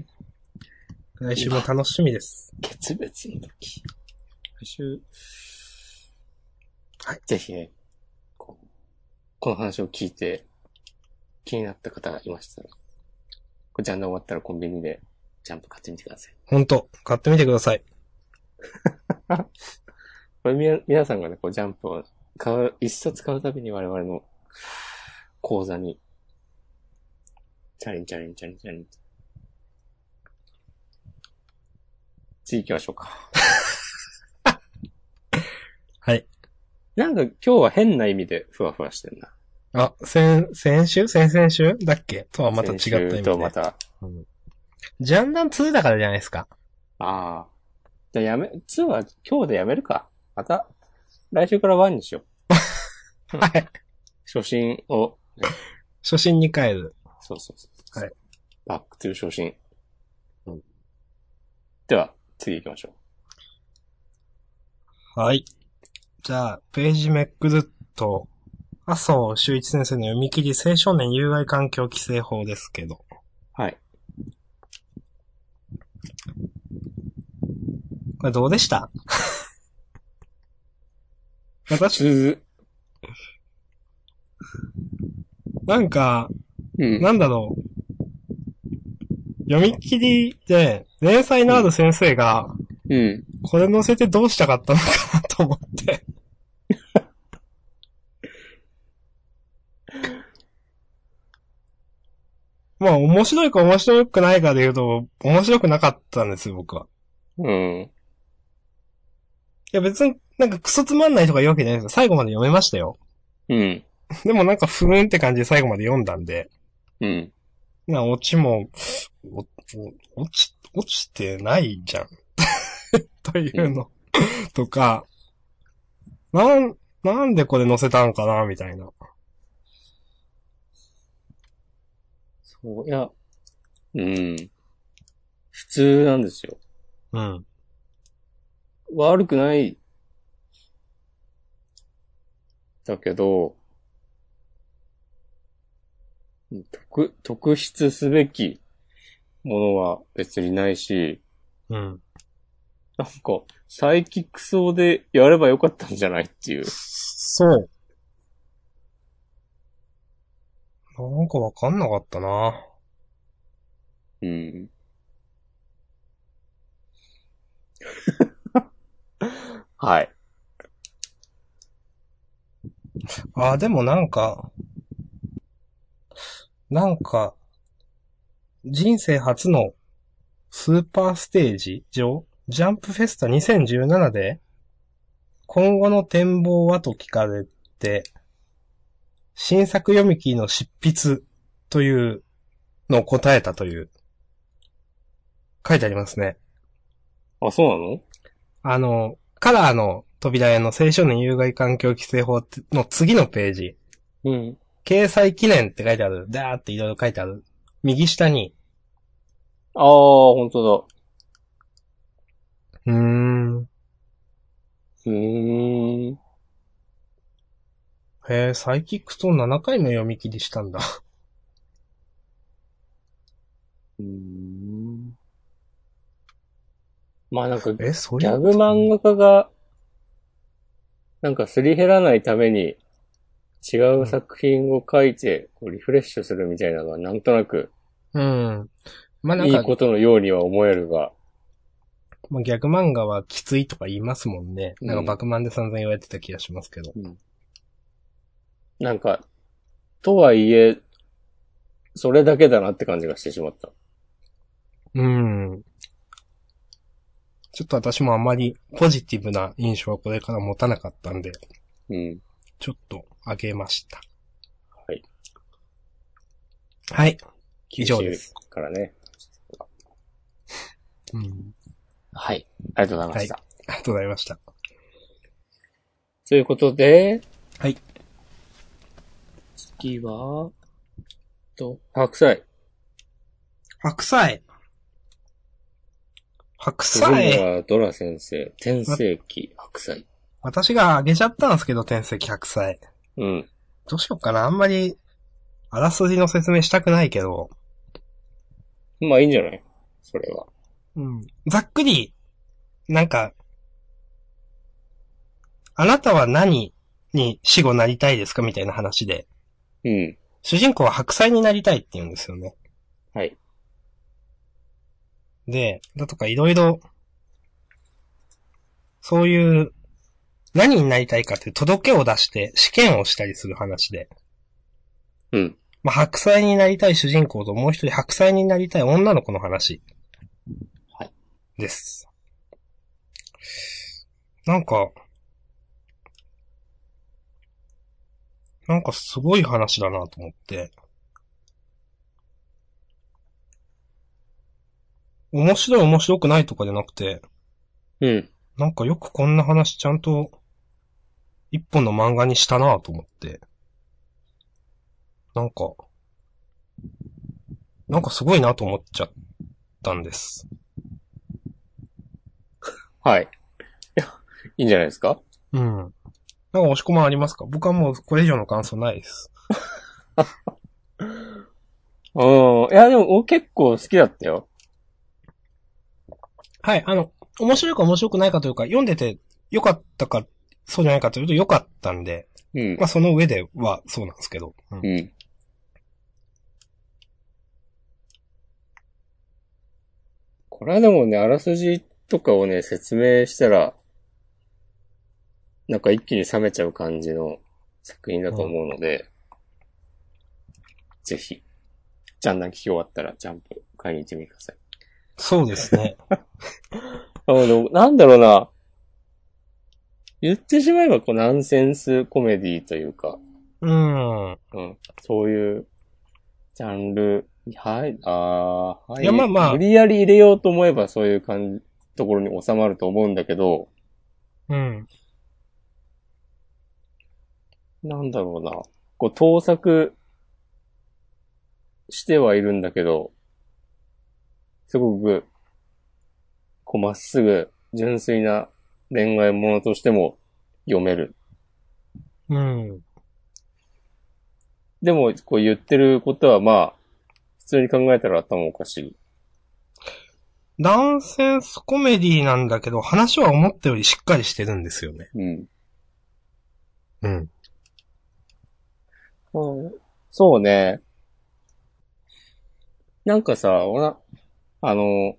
う。
ん
来週も楽しみです。
決別の時。来週。
はい。
ぜひね、こうこの話を聞いて、気になった方がいましたら、これジャンル終わったらコンビニでジャンプ買ってみてください。
ほんと、買ってみてください。
これみな、皆さんがね、こうジャンプを買う、一冊買うたびに我々の講座に、チャレンチャレンチャレンチャレン。次行きましょうか。
はい。
なんか今日は変な意味でふわふわしてんな。
あ、先、先週先々週だっけとはまた違った意味
先
で。
週とまた。あ
ジャンダン2だからじゃないですか。
あ。じゃあやめ、2は今日でやめるか。また、来週から1にしよう。
はい。
初心を、
初心に帰る。
そうそうそう。
はい。
バックトゥー初心。
うん
では、次行きましょう。
はい。じゃあ、ページめくると、麻生修一先生の読み切り青少年有害環境規制法ですけど。
はい。
これどうでした 私、
普通。
なんか、
うん。
なんだろう。読み切りで、連載のある先生が、
うん。
これ載せてどうしたかったのかなと思って。 まあ、面白いか面白くないかで言うと、面白くなかったんですよ、僕は。
うん。
いや、別になんかクソつまんないとか言うわけじゃないですよ。最後まで読めましたよ。
うん。
でもなんかふーんって感じで最後まで読んだんで。
うん。
な、落ちも、おお落ち、落ちてないじゃん。 というの、とか、なん、なんでこれ載せたんかな、みたいな。
そう、いや、うん。普通なんですよ。
うん。
悪くない。だけど、特、特筆すべきものは別にないし、
うん。
なんか、サイキック層でやればよかったんじゃないっていう。
そう。なんかわかんなかったな。
うん。はい。
あ、でもなんか、なんか、人生初のスーパーステージ上、ジャンプフェスタ2017で、今後の展望はと聞かれて、新作読み切りの執筆というのを答えたという、書いてありますね。
あ、そうなの
あの、カラーの扉への青少年有害環境規制法の次のページ。
うん。
掲載記念って書いてある。ダーっていろいろ書いてある。右下に、
ああ、本当
うーん、
だ。うーん。
へえ、サイキックと7回も読み切りしたんだ。
うーん。まあなんか、ギ
え、そういう
ャグ漫画家が、なんかすり減らないために、違う作品を書いて、こうリフレッシュするみたいなのは、なんとなく、
うん。まあ、ないん
い
か、
ことのようには思えるが、
まあギャグ漫画はきついとか言いますもんね。
うん
なんか、爆漫で散々言われてた気がしますけど。
うんなんか、とはいえ、それだけだなって感じがしてしまった。
うん。ちょっと私もあんまりポジティブな印象はこれから持たなかったんで、
うん。
ちょっと上げました。
はい。
はい。以上です。
九州からね。
うん。
はい。ありがとうございました。
ありがとうございました。
ということで、
はい。
次は、と、白菜。
白菜。白
それ
菜。
はドラ先生、天聖期白菜。
私が上げちゃったんですけど、天石白菜。
うん。
どうしようかな。あんまり、あらすじの説明したくないけど、
まあいいんじゃないそれは。
うん。ざっくり、なんか、あなたは何に死後なりたいですかみたいな話で、
うん。
主人公は白菜になりたいって言うんですよね。
はい。
で、だとかいろいろ、そういう、何になりたいかっていう届けを出して試験をしたりする話で、
うん。
まあ、白菜になりたい主人公ともう一人白菜になりたい女の子の話。
はい。
です。なんか、なんかすごい話だなと思って。面白い面白くないとかじゃなくて、
うん。
なんかよくこんな話ちゃんと一本の漫画にしたなぁと思って。なんか、なんかすごいなと思っちゃったんです。
はい。 いやいいんじゃないですか
うん。なんか押し込まんありますか僕はもうこれ以上の感想ないです。
うん。いや、でも、お結構好きだったよ。
はい、あの、面白いか面白くないかというか、読んでて良かったか、そうじゃないかというと良かったんで、
うん
ま。あその上ではそうなんですけど。うん
うん。これはでもね、あらすじとかをね、説明したら、なんか一気に冷めちゃう感じの作品だと思うので、ぜひ、ジャンダン聞き終わったらジャンプ買いに行ってみてください。
そうですね。
あの、なんだろうな。言ってしまえば、こう、ナンセンスコメディというか、
うん。
うん。そういう、ジャンル、はい、あーはい。
いやまあまあ
無理やり入れようと思えば、そういう感じ、ところに収まると思うんだけど、
うん。
なんだろうな。こう、盗作してはいるんだけど、すごく、こう、まっすぐ、純粋な恋愛ものとしても読める
うん。
でも、こう言ってることは、まあ、普通に考えたら頭おかしい。
ナンセンスコメディなんだけど、話は思ったよりしっかりしてるんですよね。
うん。
うん。
そうね。なんかさ、俺は、あの、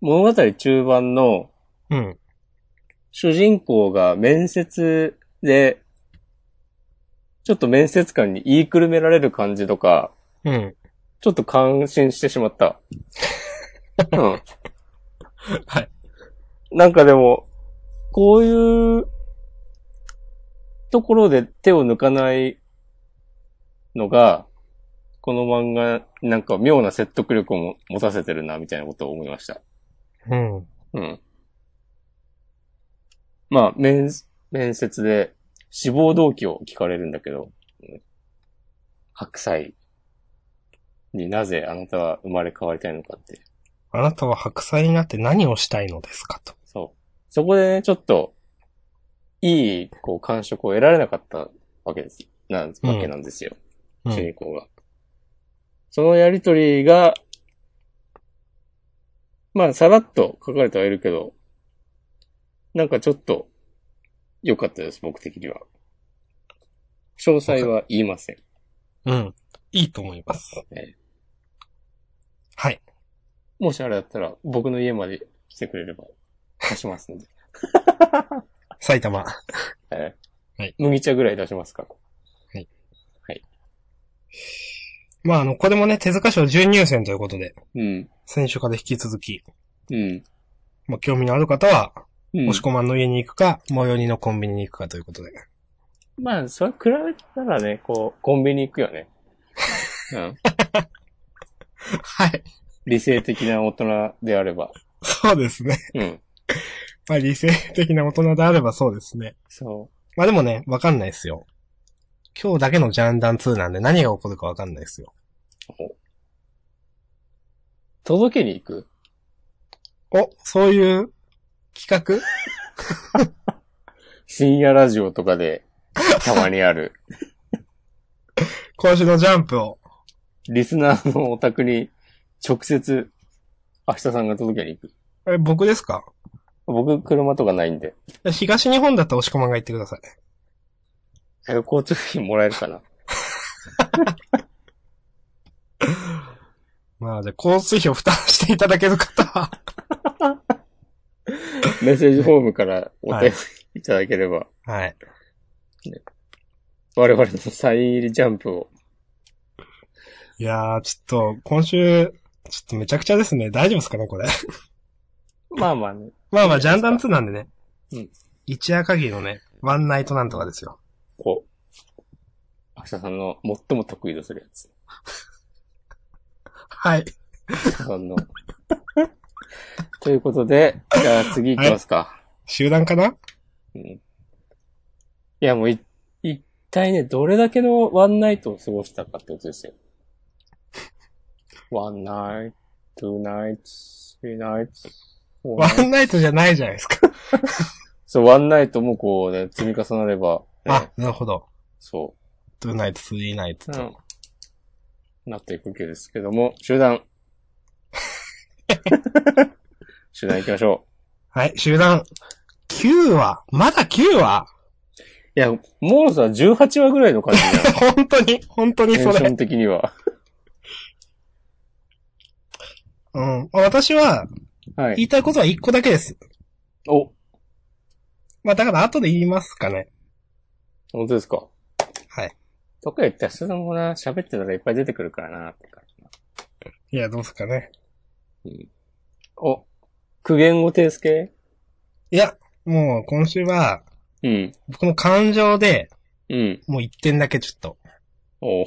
物語中盤の
うん。
主人公が面接で、ちょっと面接官に言いくるめられる感じとか、
うん。
ちょっと感心してし まった。うん。
はい。
なんかでも、こういうところで手を抜かないのが、この漫画、なんか妙な説得力をも持たせてるな、みたいなことを思いました。
うん。
うん。まあ、面、面接で志望動機を聞かれるんだけど、うん白菜になぜあなたは生まれ変わりたいのかって。
あなたは白菜になって何をしたいのですかと。
そう。そこでね、ちょっと、いい、こう、感触を得られなかったわけです。なん、
うん
わけなんですよ。
う
主人
ん。
公が。そのやりとりが、まあ、さらっと書かれてはいるけど、なんかちょっと、良かったです、僕的には。詳細は言いません。
うん。いいと思います。
ね
はい。
もしあれだったら、僕の家まで来てくれれば、貸しますんで。
埼玉。
ええ
はい
麦茶ぐらい出しますか。
まあ、あの、これもね、手塚賞準入選ということで、
うん。
選手から引き続き、
うん。
まあ、興味のある方は、
うん
押し込まんの家に行くか、最寄りのコンビニに行くかということで。
まあ、それ比べたらね、こう、コンビニ行くよね。うん。
はい。
理性的な大人であれば。
そうですね。
うん。
まあ、理性的な大人であればそうですね。
そ
まあでもね、わかんないですよ。今日だけのジャンダン2なんで何が起こるかわかんないですよ。
う。届けに行く
お、そういう企画
深夜ラジオとかで、たまにあ る。
今週のジャンプを。
リスナーのお宅に、直接、明日さんが届けに行く。
え、僕ですか
僕、車とかないんで。
東日本だったら押し込まんが言ってください。
え交通費もらえるかな
まあ、じゃあ、交通費を負担していただける方は、
メッセージフォームからお便りいただければ、
はい。
我々のサイン入りジャンプを。
いやー、ちょっと、今週、ちょっとめちゃくちゃですね。大丈夫ですかね、これ。
まあまあね。
まあまあ、ジャンダン2なんでね。
うん。
一夜限りのね、ワンナイトなんとかですよ。
こう。明日さんの最も得意とするやつ。
はい。
明日さんの。ということで、じゃあ次行きますか。、
集団かない
うん。いやもうい、一体ね、どれだけのワンナイトを過ごしたかってことですよ。ワンナイト、ツーナイト、スリーナイト、フォーナ
ワ
イト
ンナイトじゃないじゃないですか。
そう、ワンナイトもこうね、積み重なれば、
あ
ね、、
なるほど。
そ
トゥーナイト、スリーナイト
う、
と。
なっていくわけですけども、集団。集団行きましょ
はい、集団。9話まだ9話
う。いや、もうさ、18話ぐらいの感じじゃ ん。
本当に、本当に
テ
そ
ンショ
れ。
ン的には。
うん。私は、
は
言
い。
いたいことは1個だけです。
お、
まあ、だから後で言いますかね。
本当ですか。
はい。
どっか行ったら、集団もな、喋ってたらいっぱい出てくるからな、って感じ
いや、どうすかね。
お、苦言語定助
いや、もう今週は、
うん。
僕の感情で、
うん。
もう1点だけちょっと。
お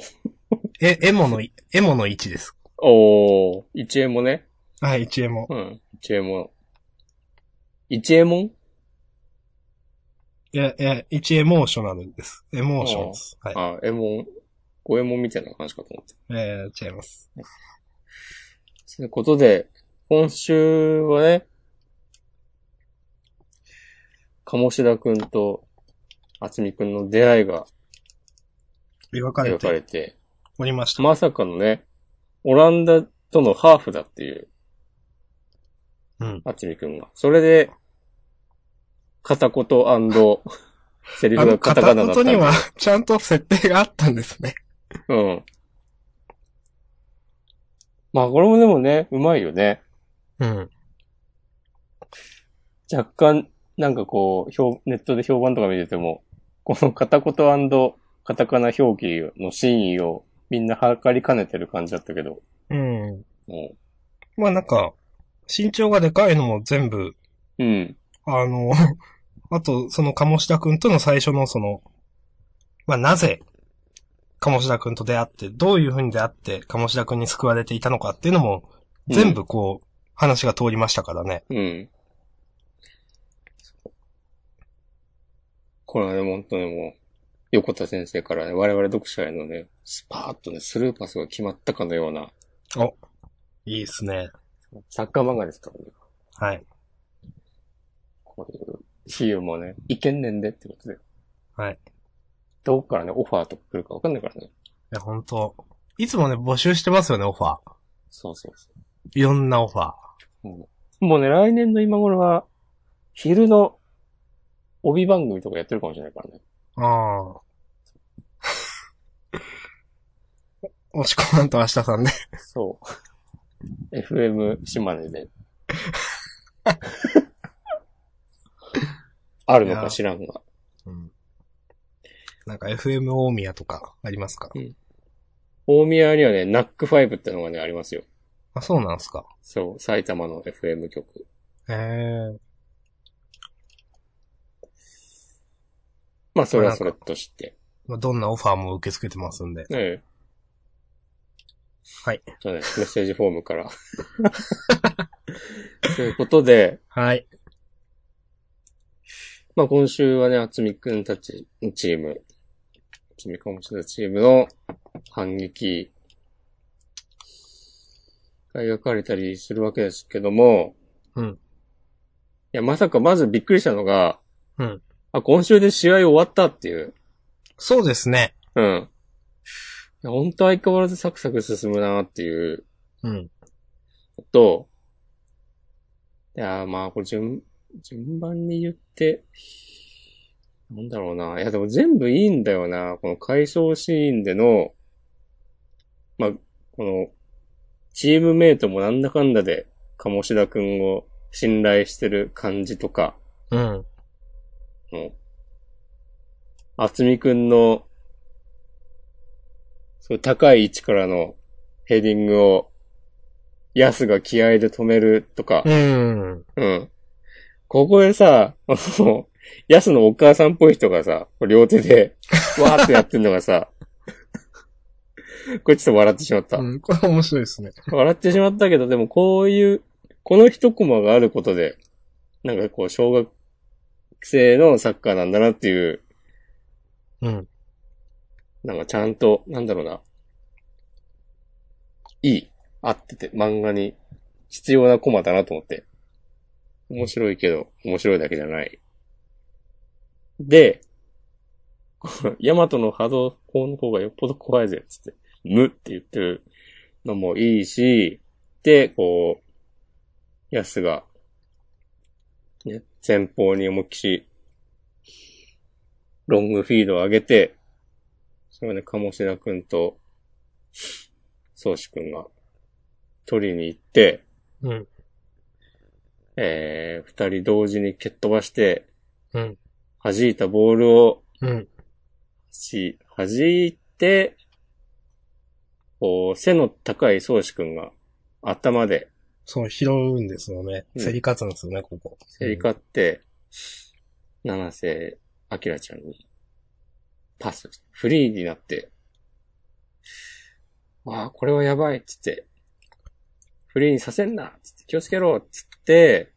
え、エモの、エモの1です。
お一円もね。
はい、1エモ。
うん。一円も。一円もん
いや、いや、1エモーショナルです。エモーションです。はい。
あ、えもん、五えもんみたいな話かと思って。
えー、違います。
ということで、今週はね、鴨志田くんと厚みくんの出会いが
描かれ
描か
て
れて、
おりました。
まさかのね、オランダとのハーフだっていう、
うん。
厚みくんが。それで、片言 セリ
あ
フ
の、
がカタ
片
カナだった
言
んで。
には、ちゃんと設定があったんですね。
うん。まあ、これもでもね、うまいよね。
うん。
若干、なんかこう、評ネットで評判とか見てても、この片言カタカナ表記の真意をみんな測りかねてる感じだったけど、
うん。
も
まあなんか、身長がでかいのも全部、
う、うん、
あの、 あと、その、鴨志田くんとの最初のその、まあなぜ、鴨志田くんと出会って、どういう風に出会って、鴨志田くんに救われていたのかっていうのも、全部こう、話が通りましたからね。
うん。これはね、本当にもう、横田先生からね、我々読者へのね、スパーッとね、スルーパスが決まったかのような、
いいですね。
作家漫画ですからね。
はい。
こういう、比喩もね、いけんねんでってことで。
はい。
どこからね、オファーとか来るかわかんないからね。
いや、本当いつもね、募集してますよね、オファー。
そうそうそう。
いろんなオファー。
もうね、来年の今頃は、昼の帯番組とかやってるかもしれないからね。
あ あ。押し込まんと明日さんね。
そう。FM 島 根で。あるのか知らんが。
なんか FM 大宮とかありますか
大宮にはね、ナック5ってのがね、ありますよ。
あ、そうなんすか。
そう、埼玉の FM 局。
ええ
まあ、それはそれとして。
まあ、どんなオファーも受け付けてますんで。
ええ。
はい。
じゃあね、メッセージフォームから。 ということで、
はい。
まあ今週はね、厚みくんたち、チーム、厚みくんもそうだチームの反撃が描かれたりするわけですけども、
うん。
いや、まさかまずびっくりしたのが、
うん。
あ、今週で試合終わったっていう。
そうですね。
うん。いや、本当相変わらずサクサク進むなっていう
うん。
と、いやー、まあ、これ順、順番に言って、なんだろうな。いや、でも全部いいんだよな。この解消シーンでの、まあ、この、チームメイトもなんだかんだで、鴨志田くんを信頼してる感じとか、
うん。
の、厚みくんの、そう、高い位置からのヘディングを、ヤスが気合で止めるとか、
うん。
うん。ここでさ、 あの、ヤスのお母さんっぽい人がさ、両 手で、わーってやってんのがさ、これちょっと笑ってしまった。
うん。これ面白いですね。
笑ってしまったけど、でもこういう、この一コマがあることで、なんかこう、小学生のサッカーなんだなっていう
うん。
なんかちゃんと、なんだろうな。いい。合ってて、漫画に必要なコマだなと思って。面白いけど、面白いだけじゃない。で、 このヤマトの波動砲の方がよっぽど怖いぜ、つって、無って言ってるのもいいし、で、こう、ヤスが、ね、前方に思いっきし、ロングフィードを上げて、それはね、鴨志田くんと、宗志くんが、取りに行って、
うん。
えー、二人同時に蹴っ飛ばして、
うん。
弾いたボールを、
うん。
し、弾いて、こう、背の高い宗志くんが、頭で
そう、拾うんですよね。
うん
競り勝つんですよね、ここ。
競り勝って、七瀬明ちゃんに、パス、フリーになって、ああ、これはやばいっつって、フリーにさせんなっつって気をつけろっつって、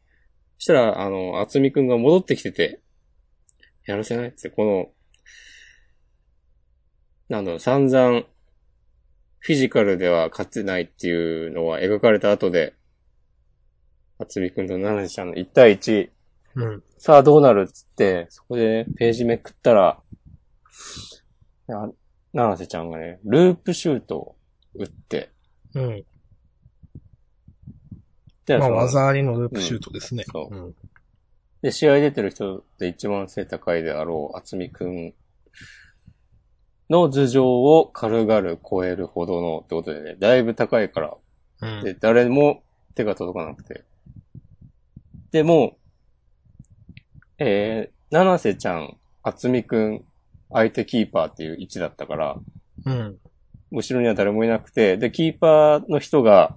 そしたら、あの、厚みくんが戻ってきてて、やらせないっつって、この、なんだろう、散々、フィジカルでは勝てないっていうのは描かれた後で、厚みくんと七瀬ちゃんの1対1、
うん。
さあどうなるっつって、そこでページめくったら、な七瀬ちゃんがね、ループシュートを打って、
うん。
で、
まあ、
その
技ありのループシュートですね。。
そううんで、試合出てる人で一番背高いであろう、厚みくんの頭上を軽々超えるほどのってことでね、だいぶ高いから、
うん。
で、誰も手が届かなくて。でも、えー、七瀬ちゃん、厚みくん、相手キーパーっていう位置だったから、
うん。
後ろには誰もいなくて、で、キーパーの人が、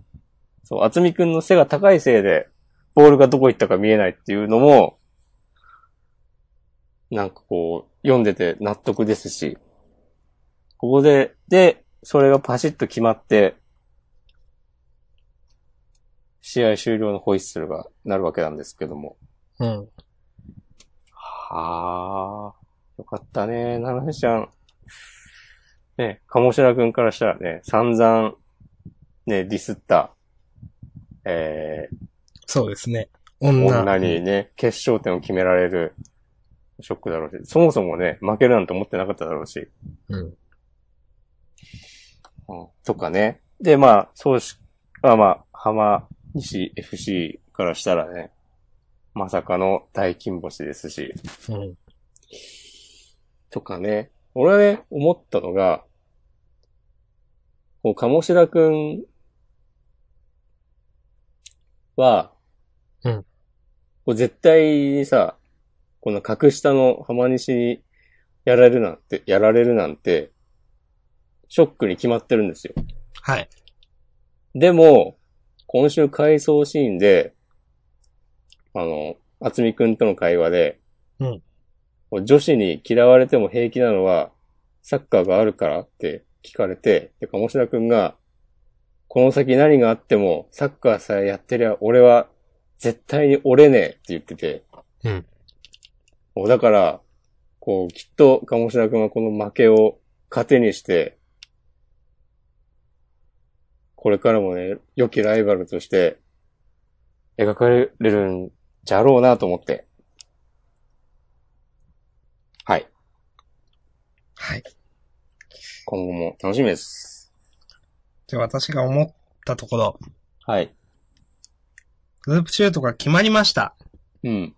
そう、厚みくんの背が高いせいで、ボールがどこ行ったか見えないっていうのも、なんかこう、読んでて納得ですし、ここで、で、それがパシッと決まって、試合終了のホイッスルがなるわけなんですけども。
うん。
はあ、よかったね、ナナちゃん。ね、鴨志田くんからしたらね、散々、ね、ディスった、え
そうですね。
ー、
女。
女にね、決勝点を決められる、ショックだろうし、そもそもね、負けるなんて思ってなかっただろうし、
うん。
うんとかね。で、まあ、そうし、まあまあ、浜西 FC からしたらね、まさかの大金星ですし、
うん。
とかね。俺はね、思ったのが、こう、鴨志田くんは、
うん
こう絶対にさ、この格下の浜西にやられるなんて、やられるなんて、ショックに決まってるんですよ。
はい。
でも、今週回想シーンで、あの、厚みくんとの会話で、
うん
女子に嫌われても平気なのは、サッカーがあるからって聞かれて、で、鴨志田くんが、この先何があっても、サッカーさえやってりゃ、俺は、絶対に折れねえって言ってて。
うん
もうだから、こう、きっと、鴨志田くんはこの負けを糧にして、これからもね、良きライバルとして、描かれるんじゃろうなと思って。はい。
はい。
今後も楽しみです。
で、私が思ったところ、
はい。
グループシュートが決まりました。
うん。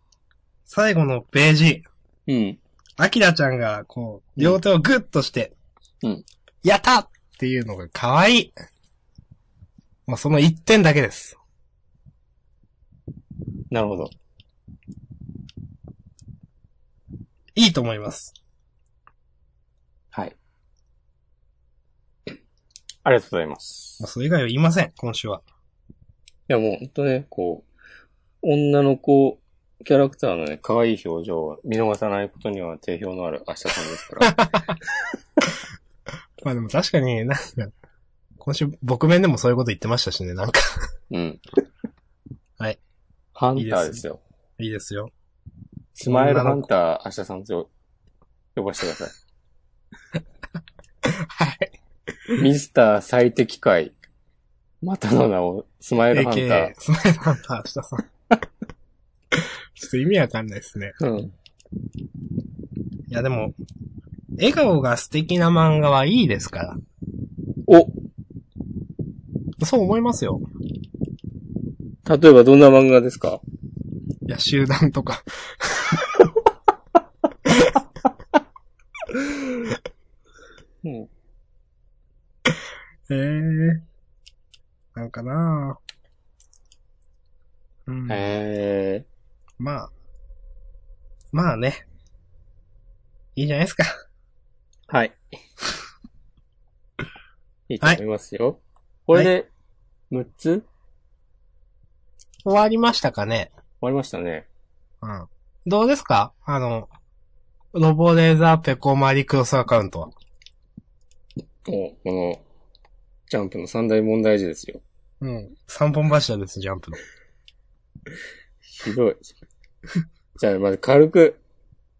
最後のページ、
うん。
アキラちゃんが、こう、両手をグッとして、
うん
やったっていうのが可愛い。まあ、その一点だけです。
なるほど。
いいと思います。
はい。ありがとうございます。
まあ、それ以外は言いません、今週は。
いやもうほんとね、こう、女の子、キャラクターのね、可愛い表情を見逃さないことには定評のある明日さんです から。
まあでも確かに、なんか、今週、僕面でもそういうこと言ってましたしね、なんか、
うん。
はい。
ハンターですよ。
いいですよ。
スマイルハンター、明日さんと呼ばせてくださ
はい。
い。ミスター最適解。またの名を、スマイルハンタ
AKA、スマイルハンター、下さん。ちょっと意味わかんないですね。
ー。うん。
いやでも、笑顔が素敵な漫画はいいですから。
お
そう思いますよ。
例えばどんな漫画ですか
いや、集団とか。
うん。
ええー。なんかなぁ。うん。
え
まあ。まあね。いいじゃないですか。
ー、はい。 いいと思いますよ。これで、6つ終
終わりましたかね
わりましたね。
うん。どうですかあの、ロボレーザーペコマリクロスアカウントは。
もう、この、ジャンプの三大問題児ですよ。
うん。三本柱です、ジャンプの。
ひどい。 じゃあ、まず軽く、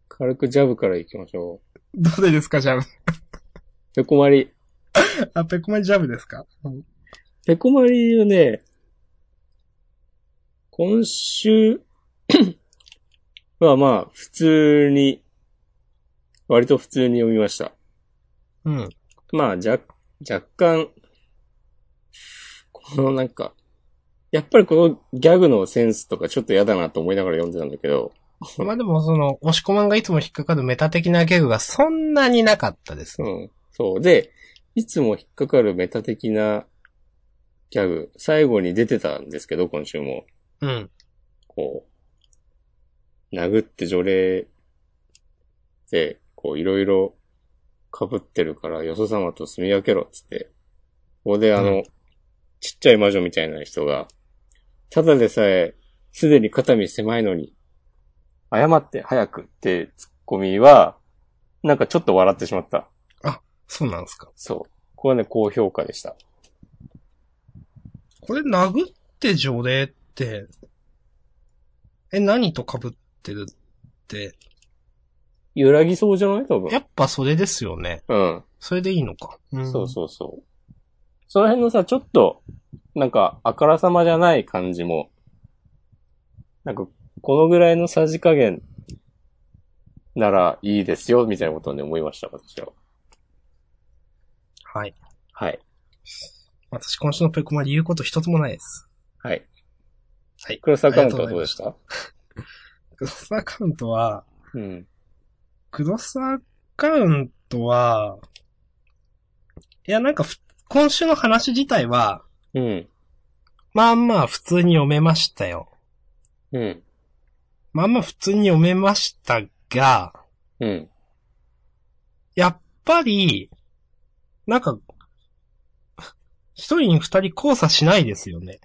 軽くジャブから行きましょう。
どうでですか、ジャブ。
ペコマリ。
あ、ペコマリジャブですか、うん
ペコマリをね、今週 はまあ、普通に、割と普通に読みました。
うん。
まあ、若、若干、このなんか、やっぱりこのギャグのセンスとかちょっと嫌だなと思いながら読んでたんだけど、
まあでもその、押し込まんがいつも引っかかるメタ的なギャグがそんなになかったです
う
ね。
ん。そう。で、いつも引っかかるメタ的なギャグ、最後に出てたんですけど、今週も。
うん。
こう、殴って除霊で、こう、いろいろ被ってるから、よそ様と住み分けろっつって。ここであの、
う
ちっちゃい魔女みたいな人が、ただでさえ、すでに肩身狭いのに、謝って早くってツッコミは、なんかちょっと笑ってしまった。
そうなんですか。
そう。これはね、高評価でした。
これ殴って除霊って、え、何と被ってるって、
揺らぎそうじゃない多分。
やっぱそれですよね。
うん。
それでいいのか。うん
そうそうそう。その辺のさ、ちょっと、なんか、あからさまじゃない感じも、なんか、このぐらいのさじ加減ならいいですよ、みたいなことをね、思いました、私は。
はい。
はい。
私今週のペコマリ言うこと一つもないです。
はい。
はい
黒沢カウントはどうでした
クロスアカウントは、
うん。
クロスアカウントは、いや、なんかふ、今週の話自体は、
うん。
まあまあ普通に読めましたよ。
うん。
まあまあ普通に読めましたが、
うん。
やっぱり、なんか、一人に二人交差しないですよね。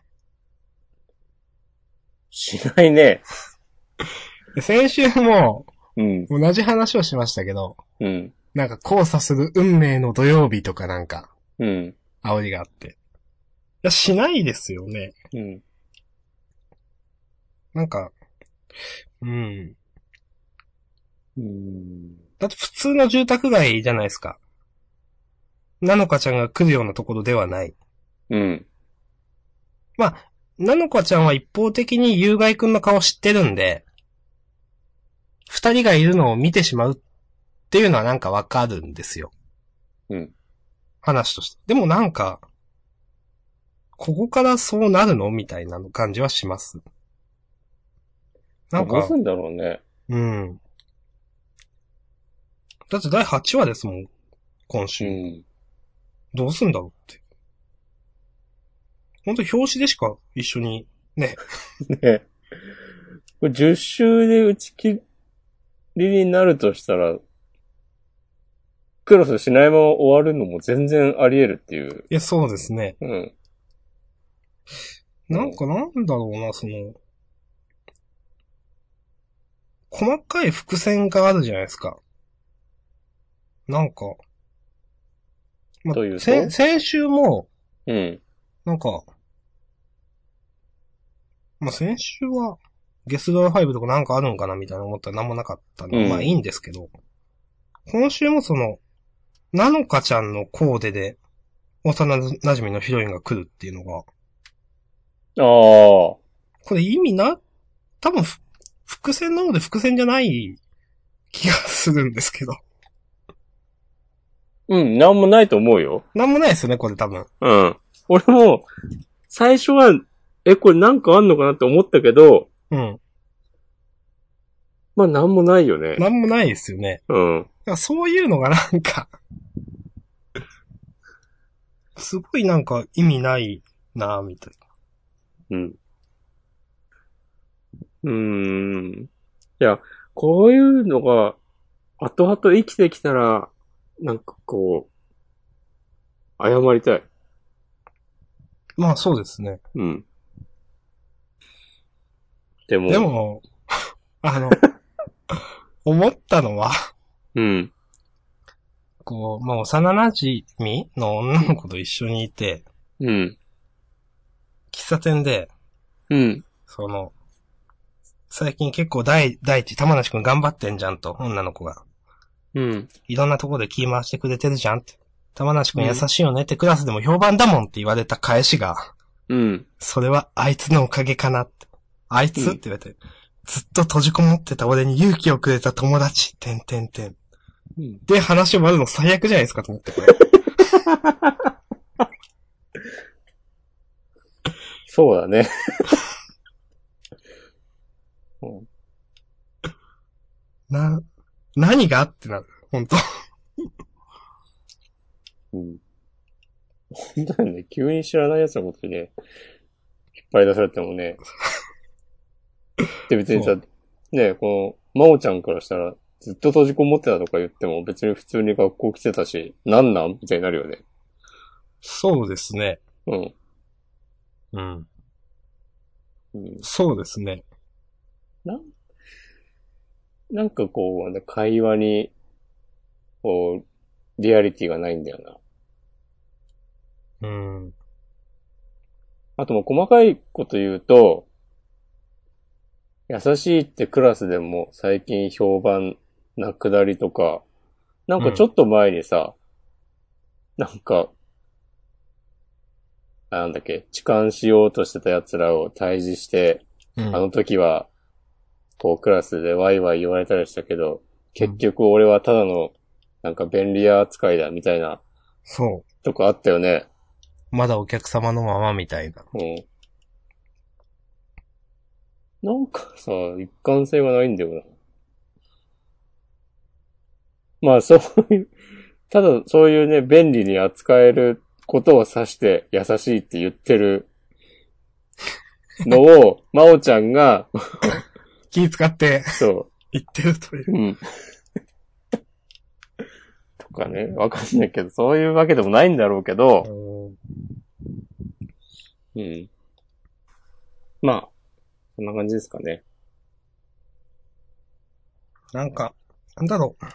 しないね。
で先週も
うん。
同じ話をしましたけど、
うん。
なんか交差する運命の土曜日とかなんか、
うん。
煽りがあって。いや、しないですよね。
うん。
なんか、うん。
うん。
だって普通の住宅街じゃないですか。なのかちゃんが来るようなところではない。
うん。
なのかちゃんは一方的に有害くんの顔知ってるんで、二人がいるのを見てしまうっていうのはなんかわかるんですよ。
うん。
話として。でもなんか、ここからそうなるのみたいな感じはします。なん
どう
か
す、んだろうね。
うん。だって第8話ですもん、今
う
週。
ん。
どうすんだろうって。ほんと表紙でしか一緒に、ね。
ね。これ10周で打ち切りになるとしたら、クロスしないまま終わるのも全然あり得るっていう。
いや、そうですね。
うん。
なんかなんだろうな、その、細かい伏線があるじゃないですか。なんか、ま
というと
せ先週も、
うん。
なんか、まあ、先週は、ゲスドラ5とかなんかあるんかなみたいな思ったら何もなかったんで、
うん
まあいいんですけど、今週もその、なのかちゃんのコーデで、幼馴染のヒロインが来るっていうのが、
ああ。
これ意味な、多分ふ、伏線なので伏線じゃない気がするんですけど。
うん、なんもないと思うよ。
なんもないですよね、これ多分。
うん。俺も、最初は、え、これなんかあんのかなって思ったけど、
うん。
まあなんもないよね。
なんもないですよね。
うん。
いやそういうのがなんか、すごいなんか意味ないなぁ、みたい
うん。うーん。いや、こういうのが、後々生きてきたら、なんかこう、謝りたい。
な。まあそうですね。
うん。でも、
でも、 あの、 思ったのは、
うん。
こう、まあ幼馴染の女の子と一緒にいて、
うん。
喫茶店で、
うん。
その、最近結構大、大地、玉梨くん頑張ってんじゃんと、女の子が。
うん。
いろんなとこで気回してくれてるじゃんって。玉梨くん優しいよねってクラスでも評判だもんって言われた返しが、
うん。
それはあいつのおかげかなって。あいつ、
うん
って言われて。ずっと閉じこもってた俺に勇気をくれた友達、てんてんてん。
うん。
で、話終わるの最悪じゃないですかと思って、 これ。
そうだね。うん
な、何がってなる。本当
うん。本当だよね。急に知らない奴のことでね、引っ張り出されてもね。で、別に
そ
さ、ね、この、まおちゃんからしたら、ずっと閉じこもってたとか言っても、別に普通に学校来てたし、なんなんみたいになるよね。
そうですね。
うん。
うん。
うん、
そうですね。
なんかこう、会話に、こう、リアリティがないんだよな。
うん。
あともう細かいこと言うと、優しいってクラスでも最近評判なくだりとか、なんかちょっと前にさ、なんか、なんだっけ、痴漢しようとしてた奴らを退治して、
う
あ
ん。
の時は、こうクラスでワイワイ言われたりしたけど、結局俺はただの、なんか便利屋扱いだみたいな
そ
とこあったよね。
う。まだお客様のままみたいな。
うん。なんかさ、一貫性がないんだよな。まあそう いう、ただそういうね、便利に扱えることを指して優しいって言ってるのを、 まおちゃんが、
気使って
そ
言ってるという。
う、うん。ととかね、わかんないけど、そういうわけでもないんだろうけど、
うん
うん。まあ、こんな感じですかね。
なんか、なんだろう。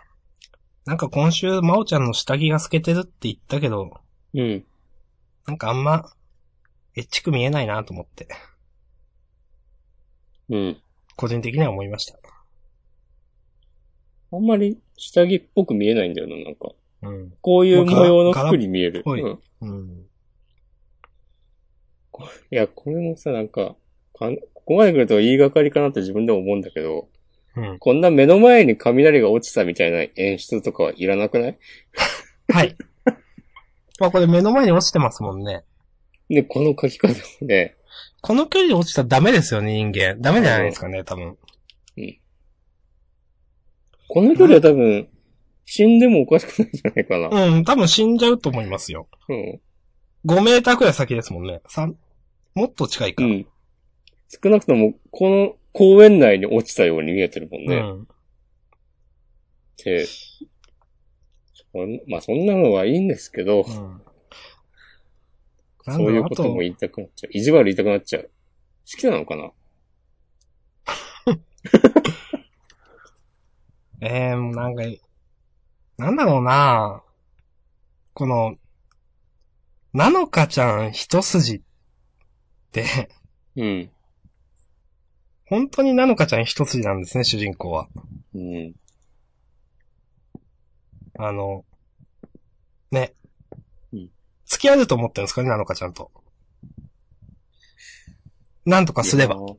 なんか今週、まおちゃんの下着が透けてるって言ったけど、
うん。
なんかあんま、エッチく見えないなと思って、
うん。
個人的には思いました。
あんまり下着っぽく見えないんだよな、なんか。
うん。
こういう模様の
柄
服に見える。
柄っぽい
うん
うん。
いや、これもさ、なんか、かんここまで来ると言いがかりかなって自分でも思うんだけど、
うん。
こんな目の前に雷が落ちたみたいな演出とかはいらなくない
はい。 まあこれ目の前に落ちてますもんね。
で、この書き方もね、
この距離で落ちたらダメですよね、人間。ダメじゃないですかね、多分。
この距離は多分、死んでもおかしくないんじゃないかな。
うん、多分死んじゃうと思いますよ。
うん。
5メーターくらい先ですもんね。三もっと近いか。
う。ん。少なくとも、この公園内に落ちたように見えてるもん
う
ね。っ
ん。
て。そんまあ、そんなのはいいんですけど、
うん。なんだろ
そういうことも言いたくなっちゃう。意地悪言いたくなっちゃう。好きなのかな
えー、なんか、なんだろうなこの、なのかちゃん一筋って、
うん。
本当になのかちゃん一筋なんですね、主人公は。
うん。
あの、ね
うん。
付き合えると思ってるんですかね、なのかちゃんと。なんとかすれ
い
ば。
やー。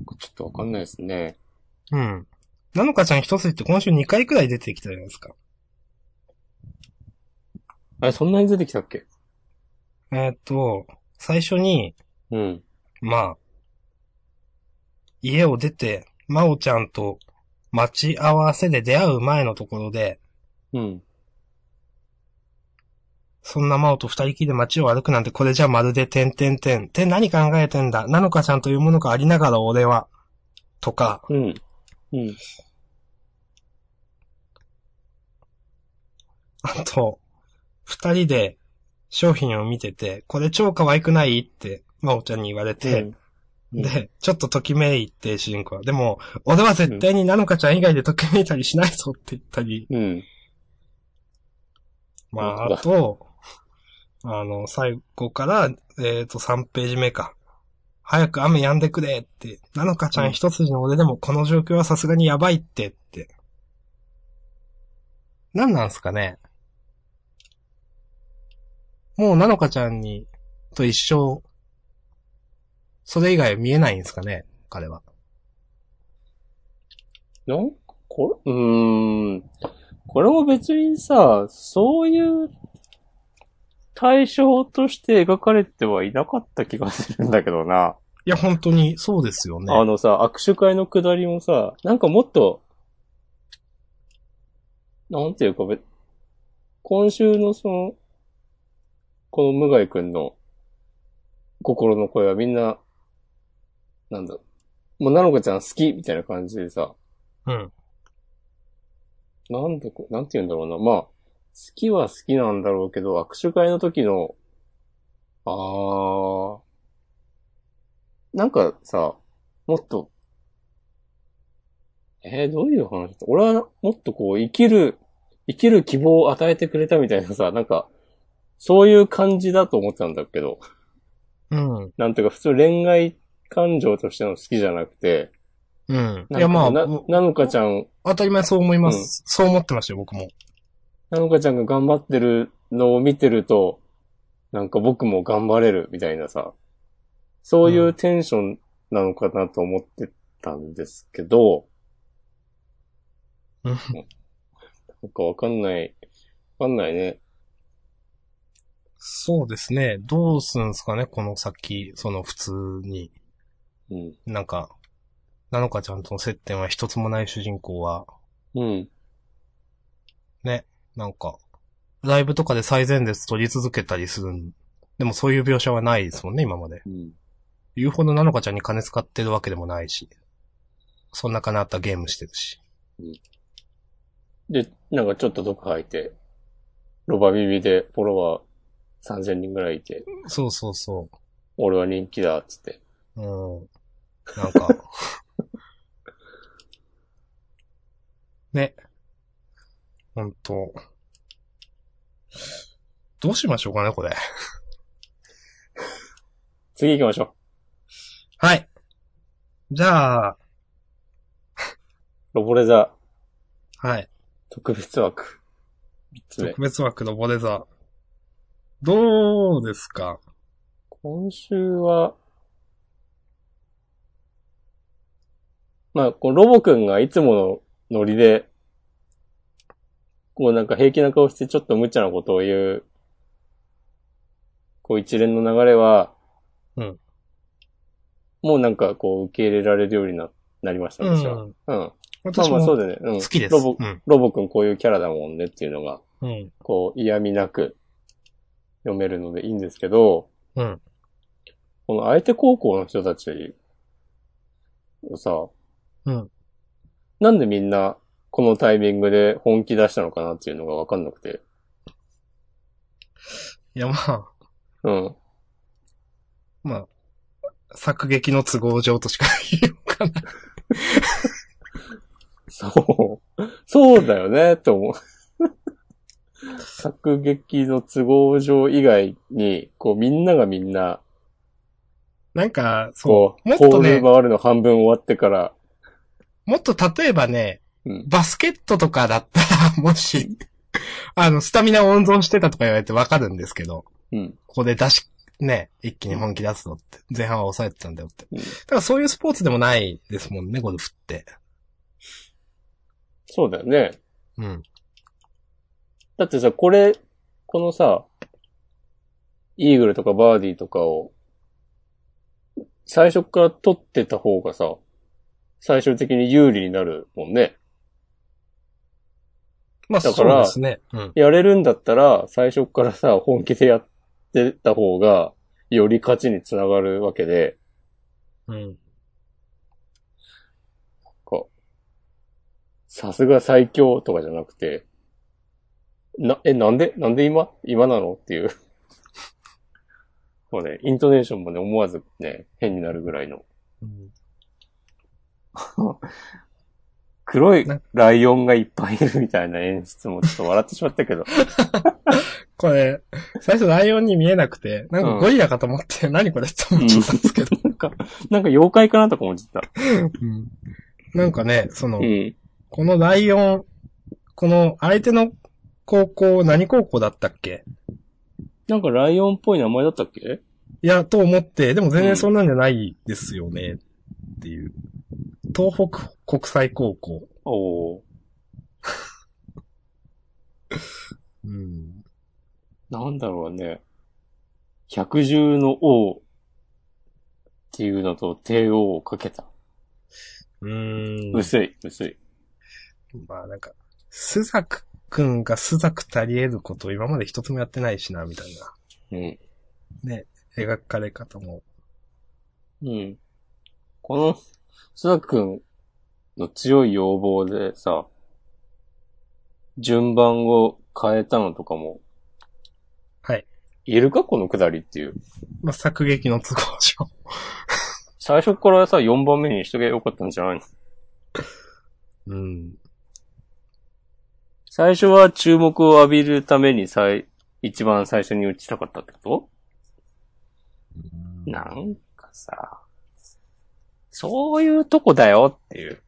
僕ちょっとわかんないですね。
うん。なのかちゃん一筋って今週2回くらい出てきたじゃないですか。
あれ、そんなに出てきたっけ
えーっと、最初に、
うん。
まあ、家を出て、まおちゃんと待ち合わせで出会う前のところで、
うん。
そんなまおと二人きりで街を歩くなんてこれじゃまるで点々点。って何考えてんだなのかちゃんというものがありながら俺は。とか、
うん。うん。
あと、二人で商品を見てて、これ超可愛くないって、まおちゃんに言われて、
うん、
で、ちょっとときめいて、主人公は。でも、俺は絶対になのかちゃん以外でときめいたりしないぞって言ったり、
うん。
ま
本当
あ、
だ
あと、あの、最後から、えっ、と、3ページ目か。早く雨止んでくれって、なのかちゃん一筋の俺でもこの状況はさすがにやばいってって。なんなんすかねもうなのかちゃんに、と一生、それ以外は見えないんですかね彼は。
なんか、これ、うーん。これも別にさ、そういう対象として描かれてはいなかった気がするんだけどな。
いや、本当に、そうですよね。
あのさ、握手会のくだりもさ、なんかもっと、なんていうか、べ今週のその、この無害くんの心の声はみんな、なんだ、もうなのかちゃん好きみたいな感じでさ、
うん。
なんだこ、なんて言うんだろうな。まあ、好きは好きなんだろうけど、握手会の時の、あー、なんかさ、もっと、えー、どういう話俺はもっとこう、生きる、生きる希望を与えてくれたみたいなさ、なんか、そういう感じだと思ってたんだけど、
うん。
なんていうか普通恋愛感情としての好きじゃなくて、
うん。い
なん
や、
か
まあ、
な、
もう
なのかちゃん
当たり前そう思います。
うん
そう思ってましたよ、僕も。
なのかちゃんが頑張ってるのを見てると、なんか僕も頑張れるみたいなさ、そういうテンションなのかなと思ってたんですけど、
うん
なんかわかんない、わかんないね。
そうですね。どうすんすかね、この先、その普通に。
うん。
なんか、なのかちゃんとの接点は一つもない主人公は、
うん。
なんか、ライブとかで最前列取り続けたりするん。でもそういう描写はないですもんね、今まで。
うん。
言うほどなのかちゃんに金使ってるわけでもないし。そんな金あったゲームしてるし。
うんで、なんかちょっと毒吐いて、ロバビビでフォロワー3000人ぐらいいて、
そうそうそ
俺は人気だ、つって。
う。うん。なんか。 ね。ほんと。どうしましょうかね、これ。
次行きましょ
はい。じゃあ、
う。ロボレザ
はい。
特別枠。3つ目
特。別枠のボデザー。どうですか
今週は、まあ、こうロボくんがいつものノリで、こうなんか平気な顔してちょっと無茶なことを言う、こう一連の流れは、
うん
もうなんかこう受け入れられるようにな、なりました、私は。うん。まあ
私
まあそう
も
だよね。うん
好。きです。
ロボ
うん。
ロボくんこういうキャラだもんねっていうのが、
うん。
こう嫌味なく読めるのでいいんですけど、
うん。
この相手高校の人たちをさ、
うん。
なんでみんなこのタイミングで本気出したのかなっていうのがわかんなくて。
いや、まあ、
うん。
まあ、作劇の都合上としか言いようかない。
そう。そうだよね、って思う。作劇の都合上以外に、こうみんながみんな、
なんか、そう。
こ
も
う、
っとね
ホール回るの半分終わってから、
もっと例えばね、
うん
バスケットとかだったら、 もし、あの、スタミナ温存してたとか言われてわかるんですけど、
うん。
ここで出し、ね、一気に本気出すのって、前半は抑えてたんだよって。
うん
だからそういうスポーツでもないですもんね、ゴルフって。
そうだよね。
うん。
だってさ、これ、このさ、イーグルとかバーディーとかを、最初から取ってた方がさ、最終的に有利になるもんね。
まあ、そ
だか
う
ら
ですね。うん。
やれるんだったら、最初からさ、本気でやってた方が、より勝ちにつながるわけで、
うん。
こうさすが最強とかじゃなくて、な、え、なんでなんで今今なのっていう。こうね、イントネーションもね、思わずね、変になるぐらいの。
うん
黒い
な
ライオンがいっぱいいるみたいな演出もちょっと笑ってしまったけど。
これ、最初ライオンに見えなくて、なんかゴリラかと思って、何これって思っちゃったんですけど。
なんか、なんか妖怪かなとか思っちゃった。
うんなんかね、その、
ん。
このライオン、この相手の高校、何高校だったっけ
なんかライオンっぽい名前だったっけ
いや、と思って、でも全然そんなんじゃないですよね、っていう。東北国際高校。
おお
うん。
ーなんだろうね。百獣の王っていうのと帝王をかけた。
うーん。
薄い、薄い。
まあなんか、スザクくんがスザク足り得ることを今まで一つもやってないしな、みたいな。
うん。
描かれ方も。
うん。この、須田くんの強い要望でさ、順番を変えたのとかも、
はい。
いるかこのくだりっていう。
まあ、作劇の都合上。
最初からさ、4番目にしとけばよかったんじゃないの
うん。
最初は注目を浴びるために最、一番最初に打ちたかったってことなんかさ、そういうとこだよっていう。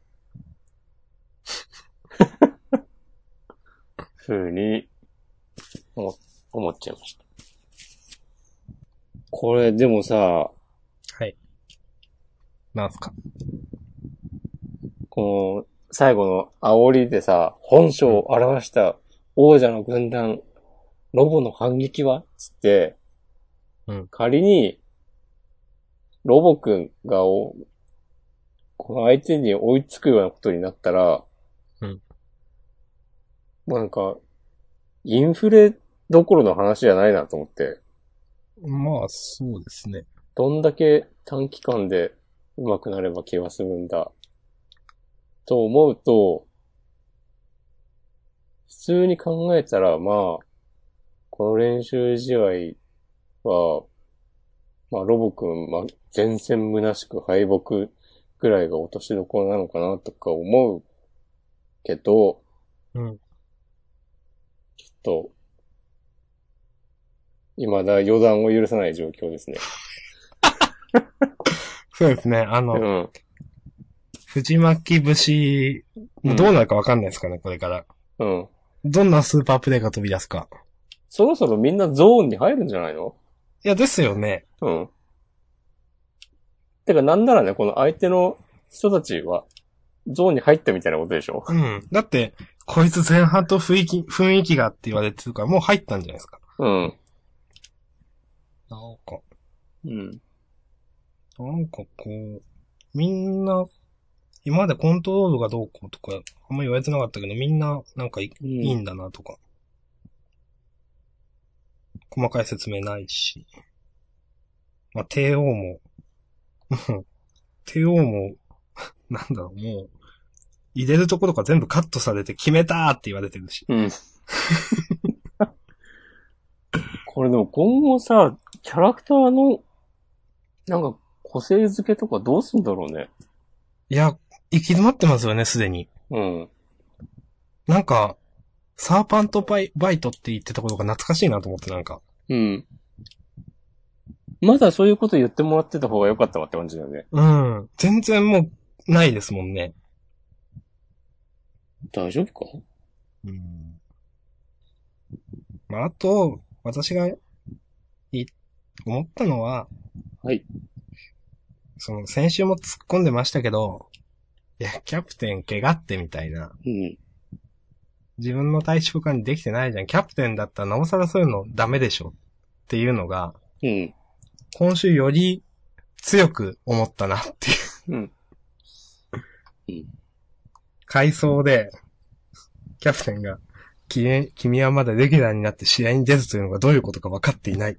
ふうに、思、思っちゃいました。これ、でもさ、
なんすか。
この、最後の煽りでさ、本性を表した王者の軍団、ロボの反撃はつって、
うん
仮に、ロボくんがお、この相手に追いつくようなことになったら、
うん
もうなんか、インフレどころの話じゃないなと思って、
まあ、そうですね。
どんだけ短期間で上手くなれば気が済むんだ、と思うと、普通に考えたら、まあ、この練習試合は、まあ、ロボくん、まあ、前線虚しく敗北ぐらいが落としどころなのかなとか思うけど、
うん。
きっと、未だ予断を許さない状況ですね。
そうですね。あ
う
の、
ん。
藤巻節、
うん
どうなるかわかんないですからね、これから。
うん。
どんなスーパープレイが飛び出すか。
そろそろみんなゾーンに入るんじゃないの
いや、ですよね。
うん。てか、なんならね、この相手の人たちは、ゾーンに入ったみたいなことでしょ
うん。だって、こいつ前半と雰囲気、雰囲気がって言われてるから、もう入ったんじゃないですか。
うん。
なんか、
うん。
なんかこう、みんな、今までコントロールがどうこうとか、あんま言われてなかったけど、みんな、なんかい
うん
いいんだなとか。細かい説明ないし。まあ、帝王も、 もう帝王も、 なんだろう、もう、入れるところが全部カットされて決めたーって言われてるし。
うん。これでも今後さ、キャラクターの、なんか、個性付けとかどうすんだろうね。
いや、行き詰まってますよね、すでに。
うん。
なんか、サーパントバイバイトって言ってたことが懐かしいなと思って、なんか。
うん。まだそういうこと言ってもらってた方が良かったわって感じだよね。
うん。全然もう、ないですもんね。
大丈夫か
うん。まあ、あと、私が、い、思ったのは、
はい。
その、先週も突っ込んでましたけど、いや、キャプテン怪我ってみたいな。
うん。
自分の対象管理できてないじゃん。キャプテンだったらなおさらそういうのダメでしょ。っていうのが、
うん。
今週より強く思ったなっていう。
うん。
回想で、キャプテンが、君君はまだレギュラーになって試合に出るというのがどういうことか分かっていない。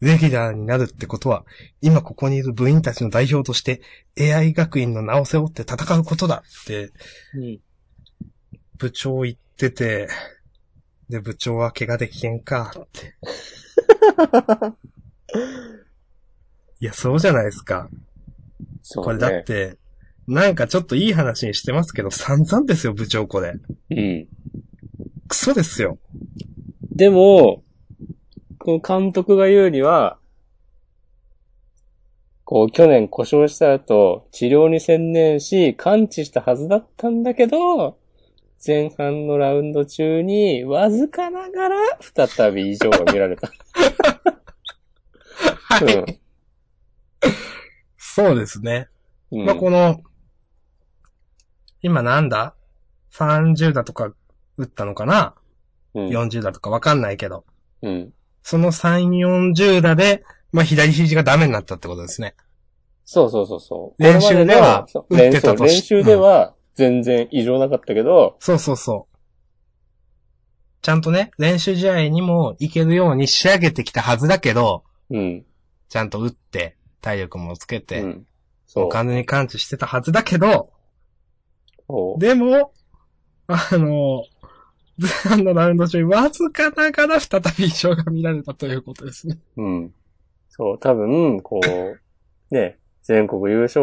レギュラーになるってことは、今ここにいる部員たちの代表として、AI 学院の名を背負って戦うことだって、
うん。
部長言ってて、で、部長は怪我で危険かって。いや、そうじゃないですか。
そう
こ
ね。
れだって、なんかちょっといい話にしてますけど、散々ですよ、部長これ。
うん。
クソですよ。
でも、この監督が言うには、こう、去年故障した後、治療に専念し、完治したはずだったんだけど、前半のラウンド中に、わずかながら、再び異常が見られた。はい。
そうですね。
うん。
まあ、この、今なんだ ?30 だとか打ったのかな
うん。
?40 だとかわかんないけど。
うん。
その3、40だで、まあ、左肘がダメになったってことですね。
そうそうそうそう。
練習では
これま
打ってた
のそ
と
う
し
練習では、全然異常なかったけど、
そうそうそう。ちゃんとね、練習試合にも行けるように仕上げてきたはずだけど、
うん。
ちゃんと打って、体力もつけ
う
て、
ん。そ
も
う
う。完全に完治してたはずだけど、
そう
でも、あの、あのラウンド中にわずかながら再び異常が見られたということですね。
うん。そう、多分、こう、ね、全国優勝、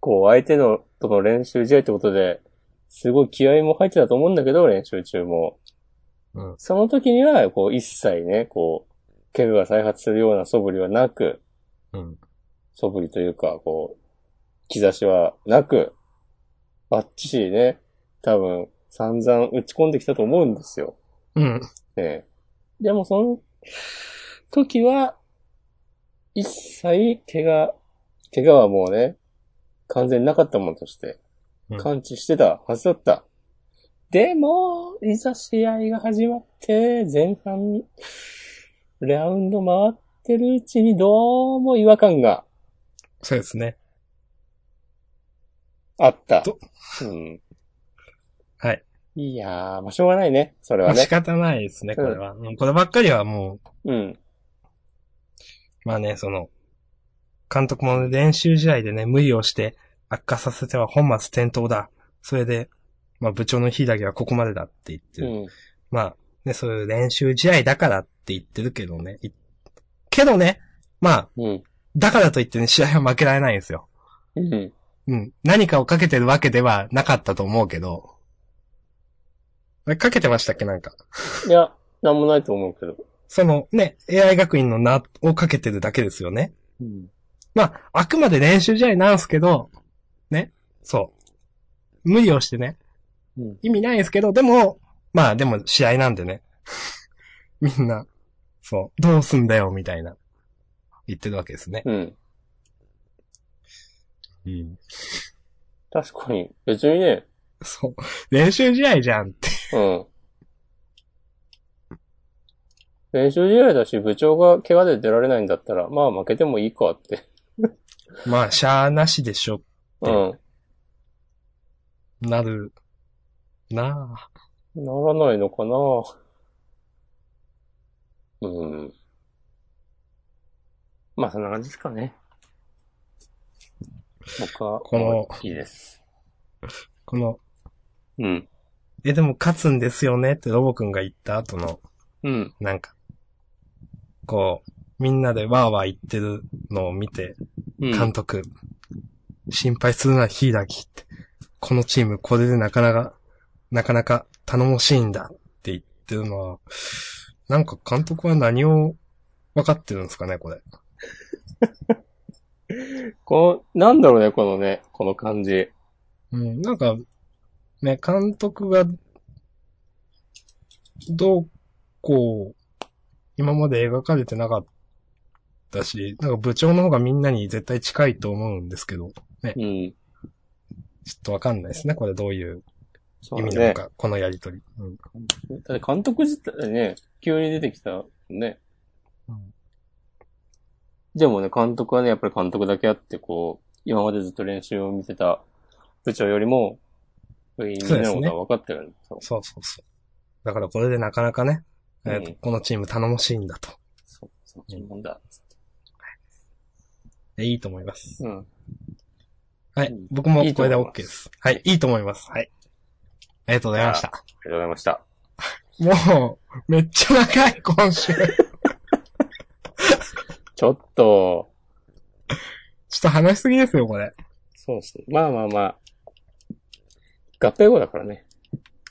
こう、相手のとの練習試合ってことで、すごい気合も入ってたと思うんだけど、練習中も。
うん
その時には、こう、一切ね、こう、ケブが再発するような素振りはなく、
うん。
素振りというか、こう、兆しはなく、バッチリね、多分、散々打ち込んできたと思うんですよ。
うん。
ええ。でもその時は、一切怪我、怪我はもうね、完全になかったものとして
うん、
完治してたはずだった。でも、いざ試合が始まって、前半、ラウンド回ってるうちにどうも違和感が
そうですね。
あった。
ど
うん。
はい。
いやー、まあ、しょうがないね。それ
ま
は
あ、仕
ね。
方ないですね、これは。うんこればっかりはもう、
うん。
まあね、その、監督も練習試合でね、無理をして悪化させては本末転倒だ。それで、まあ部長の日だけはここまでだって言って
う
る。
ん。
まあ、ね、そういう練習試合だからって言ってるけどね。いけどね、まあ、
うん。
だからといってね、試合は負けられないんですよ。
うん。
うん。何かをかけてるわけではなかったと思うけど。あれかけてましたっけなんか。
いや、なんもないと思うけど。
そのね、AI 学院の名をかけてるだけですよね。
うん。
まあ、あくまで練習試合なんですけど、ね、そう。無理をしてね、
うん
意味ないですけど、でも、まあでも試合なんでね。 みんな、そう、どうすんだよ、みたいな、言ってるわけですね。
うん。
うん。
確かに。別にね、
そう、練習試合じゃんって。
うん。練習試合だし、部長が怪我で出られないんだったら、まあ負けてもいいかって。
まあ、シャアなしでしょ、
うん。
なる、なあ。
ならないのかなうん。まあ、そんな感じですかね。僕は、
この、
いいです。
この、
うん。
え、でも勝つんですよねってロボくんが言った後の、
うん。
なんか、こう、みんなでわーわー言ってるのを見て、
うん。
監督、心配するな、ヒーラギって。このチーム、これでなかなか、なかなか頼もしいんだって言ってるのは、なんか監督は何を分かってるんですかね、これ。
この、なんだろうね、このね、この感じ。
うん、なんか、ね、監督が、どう、こう、今まで描かれてなかったし、なんか部長の方がみんなに絶対近いと思うんですけど、
うん。
ちょっとわかんないですね。これどういう
そ
意
う
味
だ
なの
ね。
か、このやりとり。うん。
だって監督自体ね、急に出てきたね。
うん
でもね、監督はね、やっぱり監督だけあって、こう、今までずっと練習を見てた部長よりも、みんなのことは分かってるんですよ。
そうそうそう。だからこれでなかなかね、えーと
うん
このチーム頼もしいんだと。
そう、そういうもんだ。
えいいと思います。
うん。
はい
うん。
僕も
いいと
これ
思い
で
ます
OK です。はい。いいと思います。はい。ありがとうございました。
ありがとうございました。
もう、めっちゃ長い、今週。ちょ
ちょっと、
っと話しすぎですよ、これ。
そうですね。まあまあまあ。合併後だからね。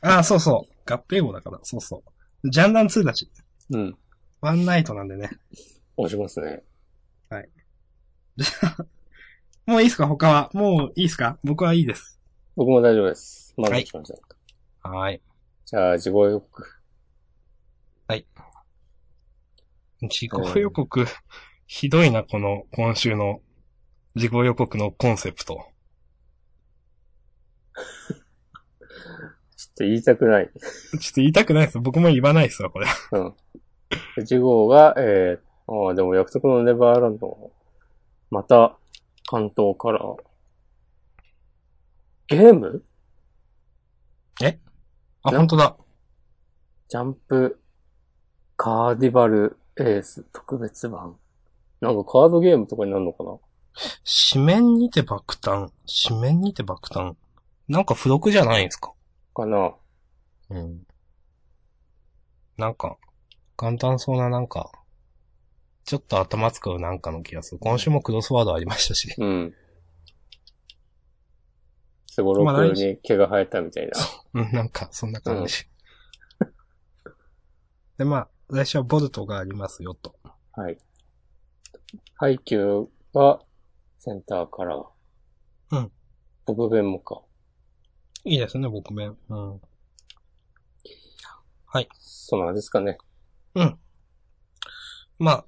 ああ、そうそう。合併号だから、そうそう。ジャンダン2だし、
うん。
ワンナイトなんでね。
押しますね。
もういいっすか、他は。もういいっすか僕はいいです。
僕も大丈夫です。まだしました。
はーい。
じゃあ、自己予告。
自己予告、ひどいな、この、今週の、自己予告のコンセプト。
ちょっと言いたくない。
ちょっと言いたくないです。僕も言わないですわ、これ。
うん。1号が、えー、ああ、でも約束のネバーランドもまた、関東から、ゲーム
あ、
な
本当だ。
ジャンプ、カーディバルエース特別版。なんかカードゲームとかになるのかな
紙面にて爆誕。紙面にて爆誕。なんか付録じゃないんですか
かな
うん。なんか、簡単そうななんか、ちょっと頭使うなんかの気がする。今週もクロスワードありましたし。
うん。すごろ
まあ
く
来週
に毛が生えたみたいな。
うん、なんか、そんな感じ。で、まあ、来週はボルトがありますよと。
はい。配球がセンターから。
うん。
僕弁もか。
いいですね、僕弁。うん。
そうなんですかね。
まあ、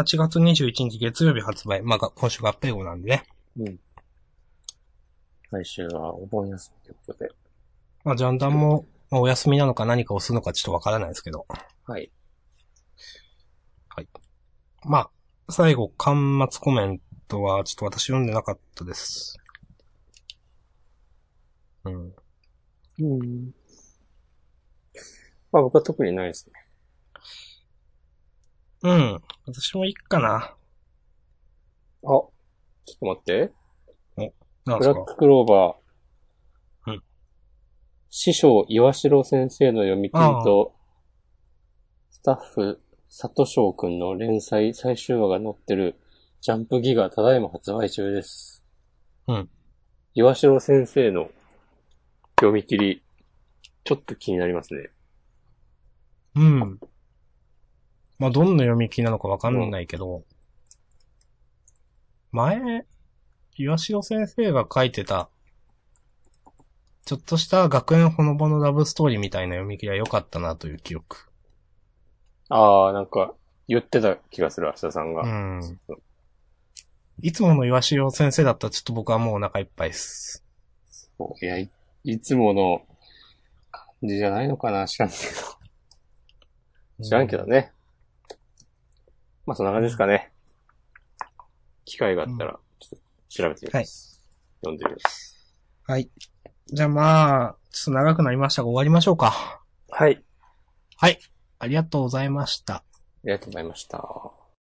8月21日月曜日発売。まあ、が今週が合併号なんでね。
来週はお盆休みということで。
まあ、ジャンダンも、まあ、お休みなのか何かをするのかちょっとわからないですけど。
はい。
まあ、最後、端末コメントは、ちょっと私読んでなかったです。うん。
うん。まあ僕は特にないですね。
うん。私もいいかな。
あ、ちょっと待って。
なん
ブ
す
ラ
か
ッククローバ
う
ー。
ん。
師匠、岩城先生の読み切りと、スタッフ、佐藤翔くんの連載最終話が載ってる、ジャンプギガ、ただいま発売中です。
うん。
岩城先生の読み切り、ちょっと気になりますね。
うん。まあ、どんな読み切りなのかわかんないけど、前、岩城先生が書いてた、ちょっとした学園ほのぼのラブストーリーみたいな読み切りは良かったなという記憶。
ああ、なんか、言ってた気がする、明日さんが。
うん。いつもの岩城先生だったらちょっと僕はもうお腹いっぱいです。
そういやい、いつもの感じじゃないのかな知らんけど。知らんけどね。まあ、そんな感じですかね。機会があったら、ちょっと調べてみます。読んでみます。
はい。じゃあまあ、ちょっと長くなりましたが終わりましょうか。
はい。
はい。ありがとうございました。
ありがとうございました。